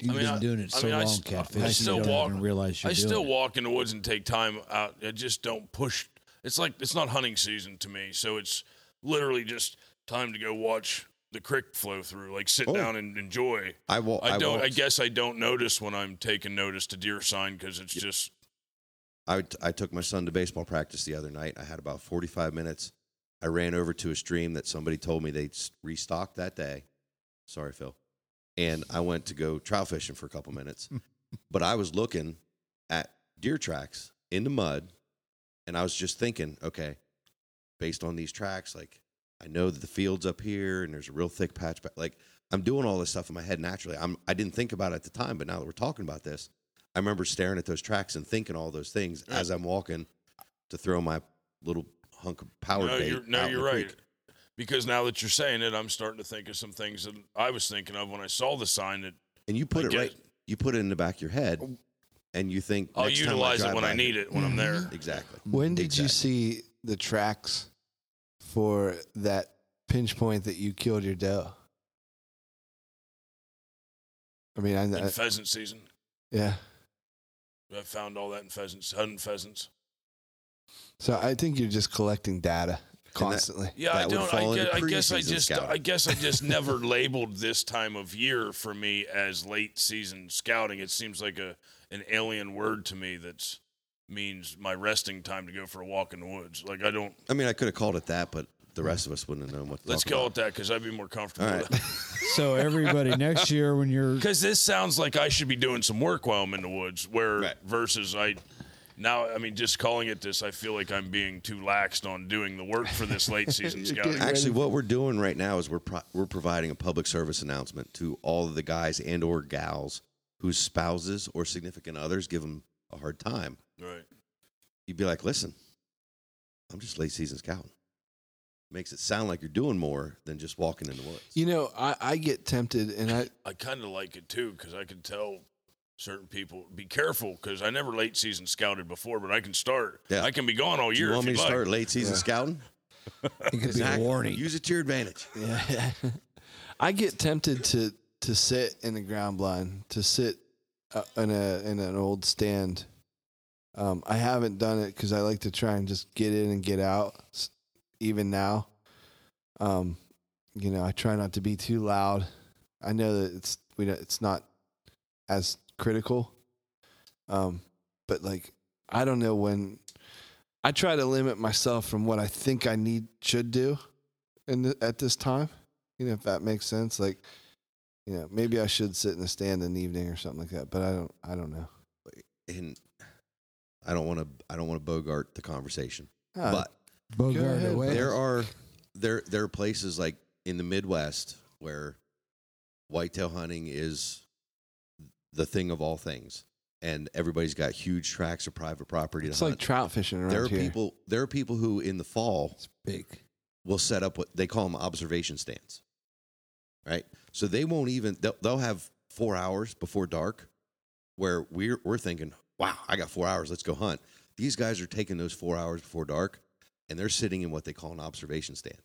J: You've
C: I mean,
J: been
C: I-
J: doing it
C: I
J: so
C: mean, I
J: long,
C: s-
J: Catfish.
C: I
J: you
C: still
J: don't
C: walk-
J: even realize you're
C: I
J: doing
C: still
J: it.
C: walk in the woods and take time out. I just don't push. It's like it's not hunting season to me, so it's literally just time to go watch the creek flow through. Like sit
F: Oh.
C: down and enjoy.
F: I wa-
C: I
F: I
C: don't. I
F: walked.
C: guess I don't notice when I'm taking notice to deer sign because it's just
F: I, I took my son to baseball practice the other night. I had about 45 minutes. I ran over to a stream that somebody told me they s- restocked that day. Sorry, Phil. And I went to go trout fishing for a couple minutes. but I was looking at deer tracks in the mud and I was just thinking, okay, based on these tracks, like I know that the field's up here and there's a real thick patch, but like I'm doing all this stuff in my head naturally. I'm I didn't think about it at the time, but now that we're talking about this, I remember staring at those tracks and thinking all those things as I'm walking to throw my little hunk of power
C: no.
F: bait.
C: You're, no,
F: out in
C: you're
F: the
C: right.
F: creek.
C: Because now that you're saying it, I'm starting to think of some things that I was thinking of when I saw the sign. That
F: And you put
C: I
F: it
C: get
F: right. You put it in the back of your head, and you think
C: I'll
F: next Oh, time
C: utilize
F: drive
C: it when
F: by Mm-hmm.
C: I need it when I'm there.
F: Exactly.
E: Mm-hmm. When did you see the tracks for that pinch point that you killed your doe? I mean, I,
C: in
E: I
C: pheasant season,
E: yeah.
C: I found all that in pheasants, hunting pheasants.
E: So I think you're just collecting data constantly.
C: Yeah, I don't. I guess, I guess I just. I guess I just never labeled this time of year for me as late season scouting. It seems like a an alien word to me that's means my resting time to go for a walk in the woods. Like I don't.
F: I mean, I could have called it that, but the rest of us wouldn't have known what. To
C: Let's
F: talk about.
C: call it that because I'd be more comfortable.
F: All right.
J: So everybody, next year when you're
C: Because this sounds like I should be doing some work while I'm in the woods. Where versus I. Now, I mean, just calling it this, I feel like I'm being too laxed on doing the work for this late season scouting.
F: Actually, what we're doing right now is we're pro- we're providing a public service announcement to all of the guys and or gals whose spouses or significant others give them a hard time.
C: Right.
F: You'd be like, listen, I'm just late season scouting. makes it sound like you're doing more than just walking in the woods.
E: You know, I, I get tempted, and I
C: I kind of like it too because I can tell certain people be careful because I never late season scouted before, but I can start.
F: Yeah.
C: I can be gone all
F: Do
C: year.
F: You want
C: if
F: me
C: you'd
F: to
C: like.
F: start late season
E: Yeah.
F: scouting?
E: It could be a warning.
F: Use it to your advantage.
E: Yeah. I get tempted to to sit in the ground blind, to sit uh, in a in an old stand. Um, I haven't done it because I like to try and just get in and get out. s- Even now, um, you know, I try not to be too loud. I know that it's we don't, it's not as critical, um, but like I don't know when. I try to limit myself from what I think I need should do in the, at this time. You know, if that makes sense. Like, you know, maybe I should sit in the stand in the evening or something like that. But I don't. I don't know.
F: And I don't want to. I don't want to bogart the conversation.
E: Ah,
F: but
E: Bogart Go ahead, away.
F: There are there there are places like in the Midwest where whitetail hunting is the thing of all things, and everybody's got huge tracts of private property.
E: It's
F: to
E: like
F: hunt.
E: trout fishing around
F: There are
E: here.
F: people. There are people who in the fall
J: big.
F: will set up what they call them observation stands. Right? So they won't even they'll, they'll have 4 hours before dark where we're we're thinking, "Wow, I got 4 hours, let's go hunt." These guys are taking those 4 hours before dark and they're sitting in what they call an observation stand.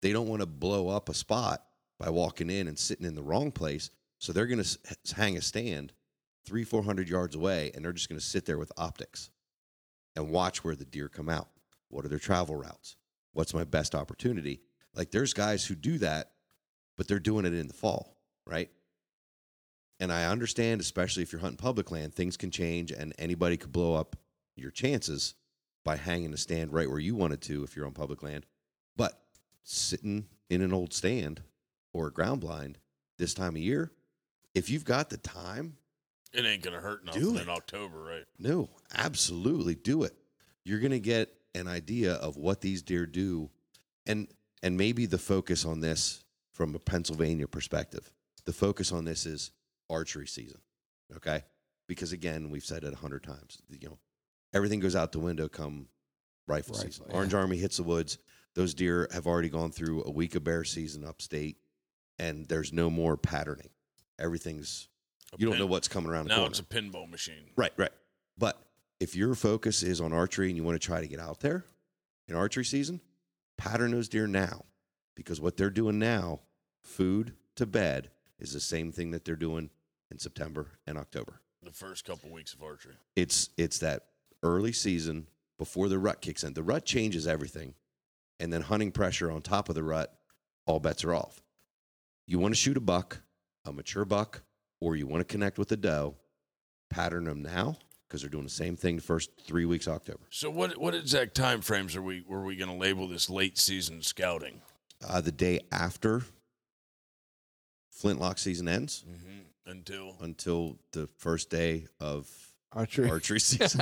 F: They don't want to blow up a spot by walking in and sitting in the wrong place, so they're going to hang a stand 3 400 yards away and they're just going to sit there with optics and watch where the deer come out. What are their travel routes? What's my best opportunity? Like there's guys who do that, but they're doing it in the fall, right? And I understand, especially if you're hunting public land, things can change and anybody could blow up your chances by hanging a stand right where you wanted to if you're on public land. But sitting in an old stand or a ground blind this time of year, if you've got the time,
C: It ain't gonna hurt nothing
F: Do
C: in October, right?
F: no, absolutely do it. You're going to get an idea of what these deer do and and maybe the focus on this from a Pennsylvania perspective. The focus on this is archery season. Okay? Because again, we've said it a hundred times. You know, everything goes out the window come rifle
E: Rifle,
F: season.
E: yeah.
F: Orange Army hits the woods. Those deer have already gone through a week of bear season upstate, and there's no more patterning. Everything's you don't
C: pin-
F: know what's coming around. the
C: Now
F: corner.
C: it's a pinball machine.
F: Right, right. But if your focus is on archery and you want to try to get out there in archery season, pattern those deer now because what they're doing now, food to bed, is the same thing that they're doing in September and October.
C: The first couple weeks of archery.
F: It's it's that early season before the rut kicks in. The rut changes everything, and then hunting pressure on top of the rut, all bets are off. You want to shoot a buck, a mature buck, or you want to connect with a doe. Pattern them now because they're doing the same thing the first three weeks of October.
C: So what what exact time frames are we were we gonna label this late season scouting?
F: Uh, the day after flintlock season ends
C: Mm-hmm. Until
F: until the first day of
E: Archery.
F: archery season.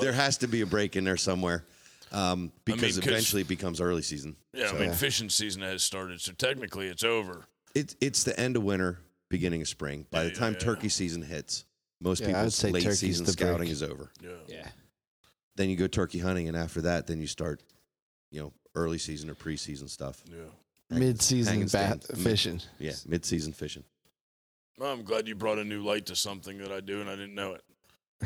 F: there has to be a break in there somewhere um,
C: I mean,
F: because
C: 'cause-
F: eventually it becomes early season.
C: yeah,
F: So
C: I mean fishing season has started, so technically it's over.
F: it, it's the end of winter, beginning of spring. By the time turkey season hits, most
E: Yeah, I would
F: people's
E: say
F: late
E: turkey's
F: season
E: the
F: scouting
E: break.
F: is over.
C: Yeah.
B: Yeah.
F: Then you go turkey hunting, and after that, then you start, you know, early season or preseason stuff.
C: Yeah.
E: Mid-season
F: Hanging
E: bat
F: stands.
E: fishing.
F: Yeah, mid-season fishing.
C: Well, I'm glad you brought a new light to something that I do and I didn't know it.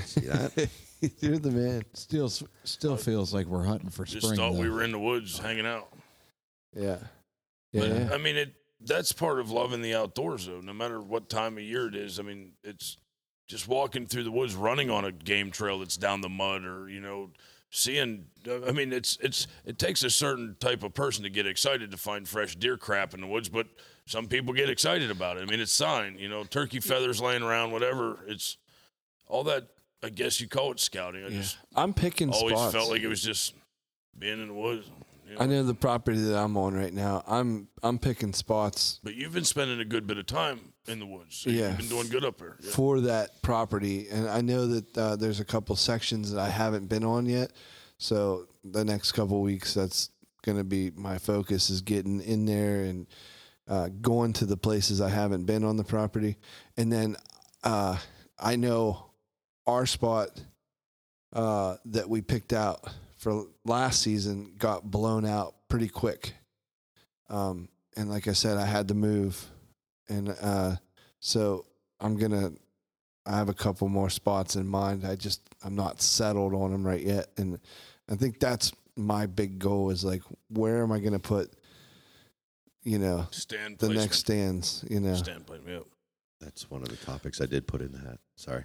F: See that?
E: You're the man.
J: Still, still feels like we're hunting for
C: Just
J: spring.
C: thought we
J: though.
C: were in the woods hanging out.
E: Yeah. Yeah. yeah.
C: I mean, it that's part of loving the outdoors, though. No matter what time of year it is, I mean, it's just walking through the woods, running on a game trail that's down the mud, or you know, seeing. uh, I mean, it's it's it takes a certain type of person to get excited to find fresh deer crap in the woods, but some people get excited about it. I mean, it's sign, you know, turkey feathers laying around, whatever. It's all that. I guess you call it scouting. I just
E: I'm picking
C: always
E: spots.
C: felt like it was just being in the woods. you
E: I know the property that I'm on right now. I'm I'm picking spots
C: But you've been spending a good bit of time in the woods. So
E: Yeah.
C: You've been doing good up there. Yeah.
E: for that property, and I know that uh, there's a couple sections that I haven't been on yet. So the next couple weeks, that's going to be my focus is getting in there and uh, going to the places I haven't been on the property, and then uh, I know our spot uh, that we picked out for last season got blown out pretty quick. Um, and like I said, I had to move, and uh, so I'm gonna. I have a couple more spots in mind. I just I'm not settled on them right yet, and I think that's my big goal is like where am I gonna put, you know,
C: Stand
E: the
C: placement.
E: next stands, you know,
C: Stand plate, yeah.
F: That's one of the topics I did put in the hat. Sorry.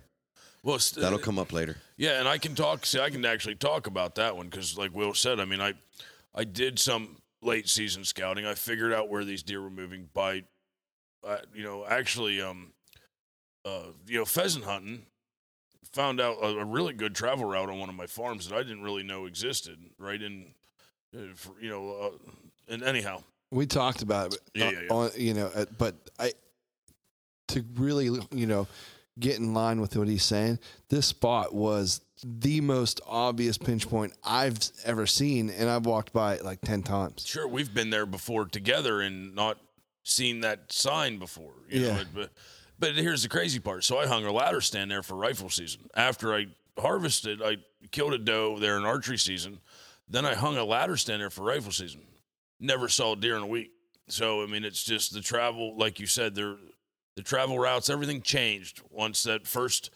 C: Well, st-
F: That'll come up later.
C: Yeah, and I can talk. See, I can actually talk about that one because, like Will said, I mean, I, I did some late season scouting. I figured out where these deer were moving by, uh, you know, actually, um, uh, you know, pheasant hunting. Found out a, a really good travel route on one of my farms that I didn't really know existed. Right in, uh, for, you know, uh, and anyhow,
E: we talked about it, but
C: Yeah,
E: uh,
C: yeah, yeah.
E: On, you know, uh, but I to really, you know, get in line with what he's saying. This spot was the most obvious pinch point I've ever seen, and I've walked by it like ten times.
C: Sure, we've been there before together and not seen that sign before. You
E: Yeah.
C: Know? it- But, but here's the crazy part. So I hung a ladder stand there for rifle season. After I harvested, I killed a doe there in archery season. Then I hung a ladder stand there for rifle season. Never saw a deer in a week. So I mean, it's just the travel, like you said, there, the travel routes, everything changed once that first,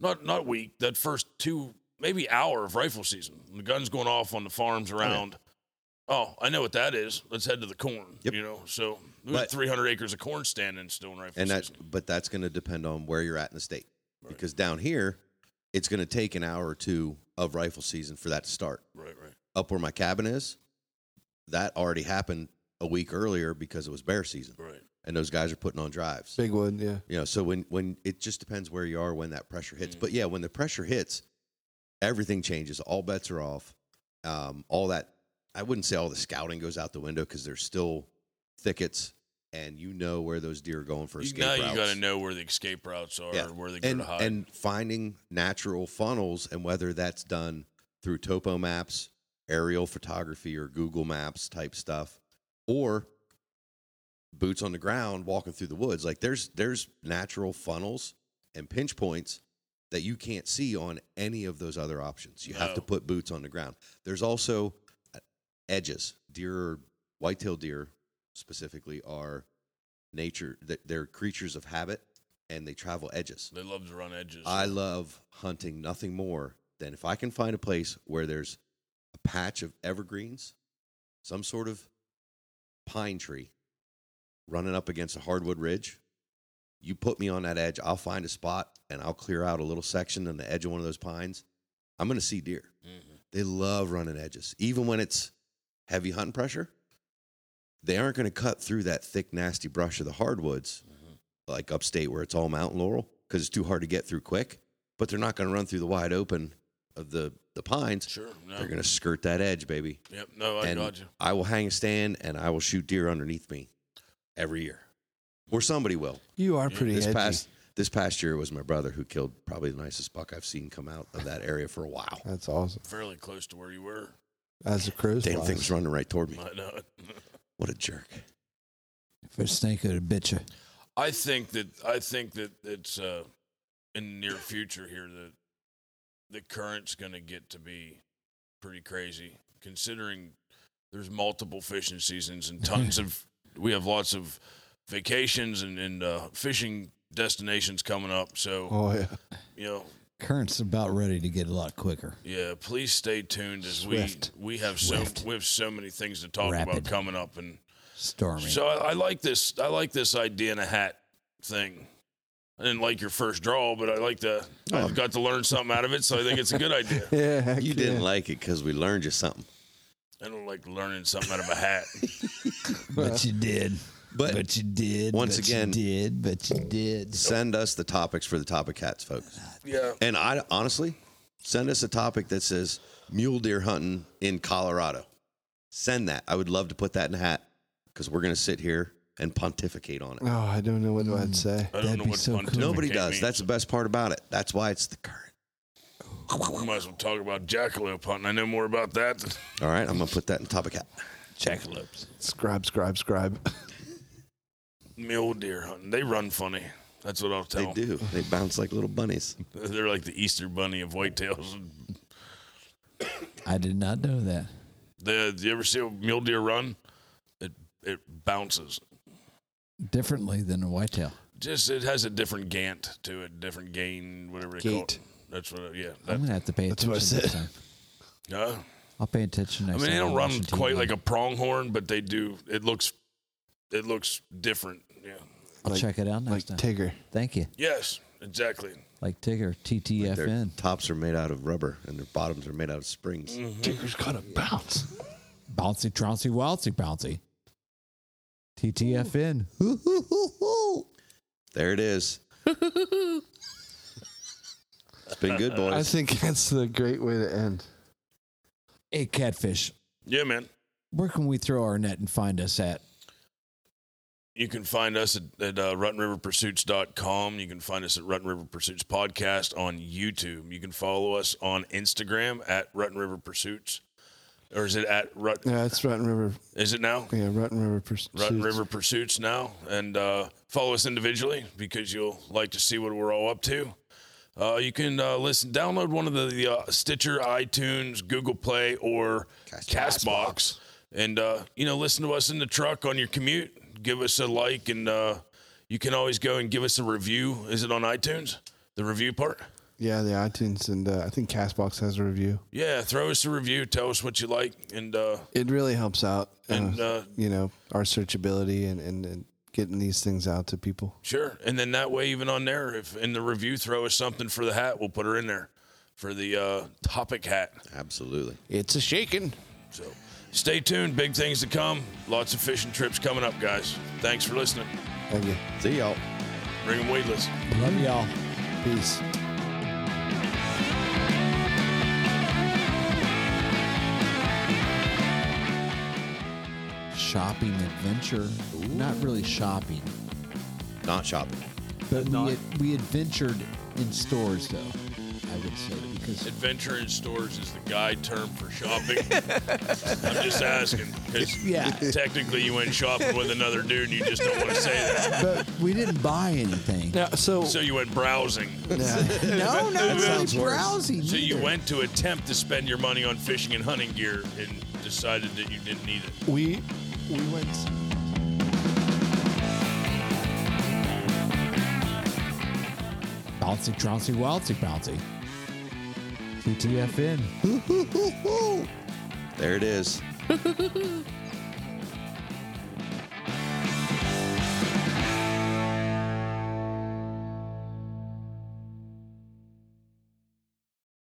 C: not not week, that first two maybe hour of rifle season. The guns going off on the farms around. Oh, I know what that is. Let's head to the corn. You know, so we had
F: But-
C: 300 acres of corn standing still in rifle
F: and
C: season.
F: that but that's going to depend on where you're at in the state because down here it's going to take an hour or two of rifle season for that to start
C: Right, right.
F: up where my cabin is that already happened a week earlier because it was bear season
C: right
F: and those guys are putting on drives
E: Big wood, yeah.
F: you know so when when it just depends where you are when that pressure hits
C: Mm.
F: but yeah when the pressure hits everything changes all bets are off um, all that i wouldn't say all the scouting goes out the window because there's still thickets and you know where those deer are going for
C: You-
F: escape
C: now
F: routes.
C: you got to know where the escape routes are, where they go
F: and,
C: to hide.
F: and finding natural funnels and whether that's done through topo maps aerial photography or google maps type stuff or boots on the ground walking through the woods like there's there's natural funnels and pinch points that you can't see on any of those other options you have to
C: No.
F: put boots on the ground there's also uh, edges deer whitetail deer specifically are nature th- they're creatures of habit and they travel edges
C: they love to run edges.
F: I love hunting nothing more than if I can find a place where there's a patch of evergreens, some sort of pine tree running up against a hardwood ridge. You put me on that edge, I'll find a spot and I'll clear out a little section on the edge of one of those pines. I'm going to see deer. They love running edges. Even when it's heavy hunting pressure, they aren't going to cut through that thick, nasty brush of the hardwoods like upstate where it's all mountain laurel because it's too hard to get through quick. But they're not going to run through the wide open of the the pines.
C: Sure, no.
F: they're going to skirt that edge, baby.
C: Yep, no, I
F: and
C: got you.
F: I will hang a stand and I will shoot deer underneath me every year, or somebody will.
E: You are pretty
F: This
E: edgy.
F: past this past year was my brother who killed probably the nicest buck I've seen come out of that area for a while.
E: That's awesome.
C: fairly close to where you were.
E: As the crows,
F: Damn
E: fly.
F: thing's running right toward me.
C: I know.
F: What a jerk!
J: If a snake would have bit you.
C: I think that I think that it's uh, in the near future here that the current's going to get to be pretty crazy, considering there's multiple fishing seasons and tons of we have lots of vacations and and uh, fishing destinations coming up. So
J: Oh, yeah.
C: you know
J: Current's about ready to get a lot quicker.
C: Yeah, please stay tuned as
J: Swift.
C: we we have so we have so many things to talk about
J: Rapid.
C: coming up and
J: Stormy.
C: So I, I like this I like this idea in a hat thing. I didn't like your first draw, but I like the I got to learn something out of it, so I think it's a good idea.
E: yeah,
F: you didn't like it because we learned you something.
C: I don't like learning something out of a hat.
J: But you did.
F: But,
J: you did.
F: Once
J: but
F: again,
J: you did. But you did.
F: Send us the topics for the topic hats, folks.
C: Yeah.
F: And I honestly send us a topic that says mule deer hunting in Colorado. Send that. I would love to put that in a hat because we're gonna sit here and pontificate on it.
E: Oh, I don't know what I'd say.
C: That'd know be what so pontificate cool.
F: Nobody does.
C: means.
F: That's the best part about it. That's why it's the current.
C: We might as well talk about jackalope hunting. I know more about that. than-
F: All right, I'm gonna put that in topic hat.
C: Jackalopes.
E: Scribe, scribe, scribe.
C: Mule deer hunting. They run funny. That's what I'll tell
F: They do. They bounce like little bunnies.
C: They're like the Easter bunny of whitetails.
J: I did not know that.
C: The, do you ever see a mule deer run? It it bounces.
J: Differently than a whitetail.
C: Just it has a different gant to it, different gain, whatever they call it.
J: Gait.
C: That's what. It, yeah.
J: I'm
C: That,
J: gonna have to pay
C: that's
J: attention
C: what I
J: next
C: said.
J: time.
C: uh,
J: I'll pay attention
C: I
J: next
C: mean,
J: time.
C: they don't
J: I
C: run
J: watch the
C: quite
J: TV.
C: like a pronghorn, but they do. It looks, it looks different. Yeah.
J: I'll check it out next time. Tigger. Thank you.
C: Yes, exactly.
J: Like Tigger, TTFN.
F: tops are made out of rubber and their bottoms are made out of springs.
C: Mm-hmm.
J: Tigger's gotta bounce. Bouncy, trouncy, waltzy, bouncy. TTFN.
F: There it is. It's been good, boys.
E: I think that's the great way to end.
J: Hey, Catfish,
C: Yeah, man.
J: where can we throw our net and find us at?
C: You can find us at, at uh, ruttenriverpursuits.com. You can find us at Rutten River Pursuits Podcast on YouTube. You can follow us on Instagram at Rutten River Pursuits. Or is it at Rut?
E: Yeah, it's Rotten River.
C: Is it now?
E: Yeah, Rotten River. Pursuits.
C: Rutten River Pursuits now, and uh, follow us individually because you'll like to see what we're all up to. Uh, you can uh, listen, download one of the, the uh, Stitcher, iTunes, Google Play, or Castbox, and uh, you know listen to us in the truck on your commute. Give us a like, and uh, you can always go and give us a review. Is it on iTunes? The review part?
E: Yeah, the iTunes and uh, I think Castbox has a review.
C: Yeah, throw us a review. Tell us what you like, and uh,
E: It really helps out, uh,
C: And, uh,
E: you know, our searchability and, and, and getting these things out to people.
C: Sure. And then that way, even on there, if in the review throw us something for the hat, we'll put her in there for the uh, topic hat.
F: Absolutely.
E: It's a shaking.
C: So stay tuned. Big things to come. Lots of fishing trips coming up, guys. Thanks for listening.
E: Thank you.
F: See y'all.
C: Bring 'em weedless.
J: Love y'all.
E: Peace.
J: Shopping adventure. Not really shopping,
F: Not shopping.
J: but we, ad- we adventured in stores, though, I would say, because
C: Adventure in stores is the guide term for shopping. I'm just asking. 'cause
J: Yeah.
C: Technically, you went shopping with another dude and you just don't want to say that.
J: but we didn't buy anything.
E: Yeah, so
C: So you went browsing.
J: no, not really
C: sounds worse.
J: browsing
C: So you
J: either.
C: went to attempt to spend your money on fishing and hunting gear and decided that you didn't need it.
E: we we went.
J: bouncy, trouncy, waltzy, bouncy. TTFN.
F: There it is.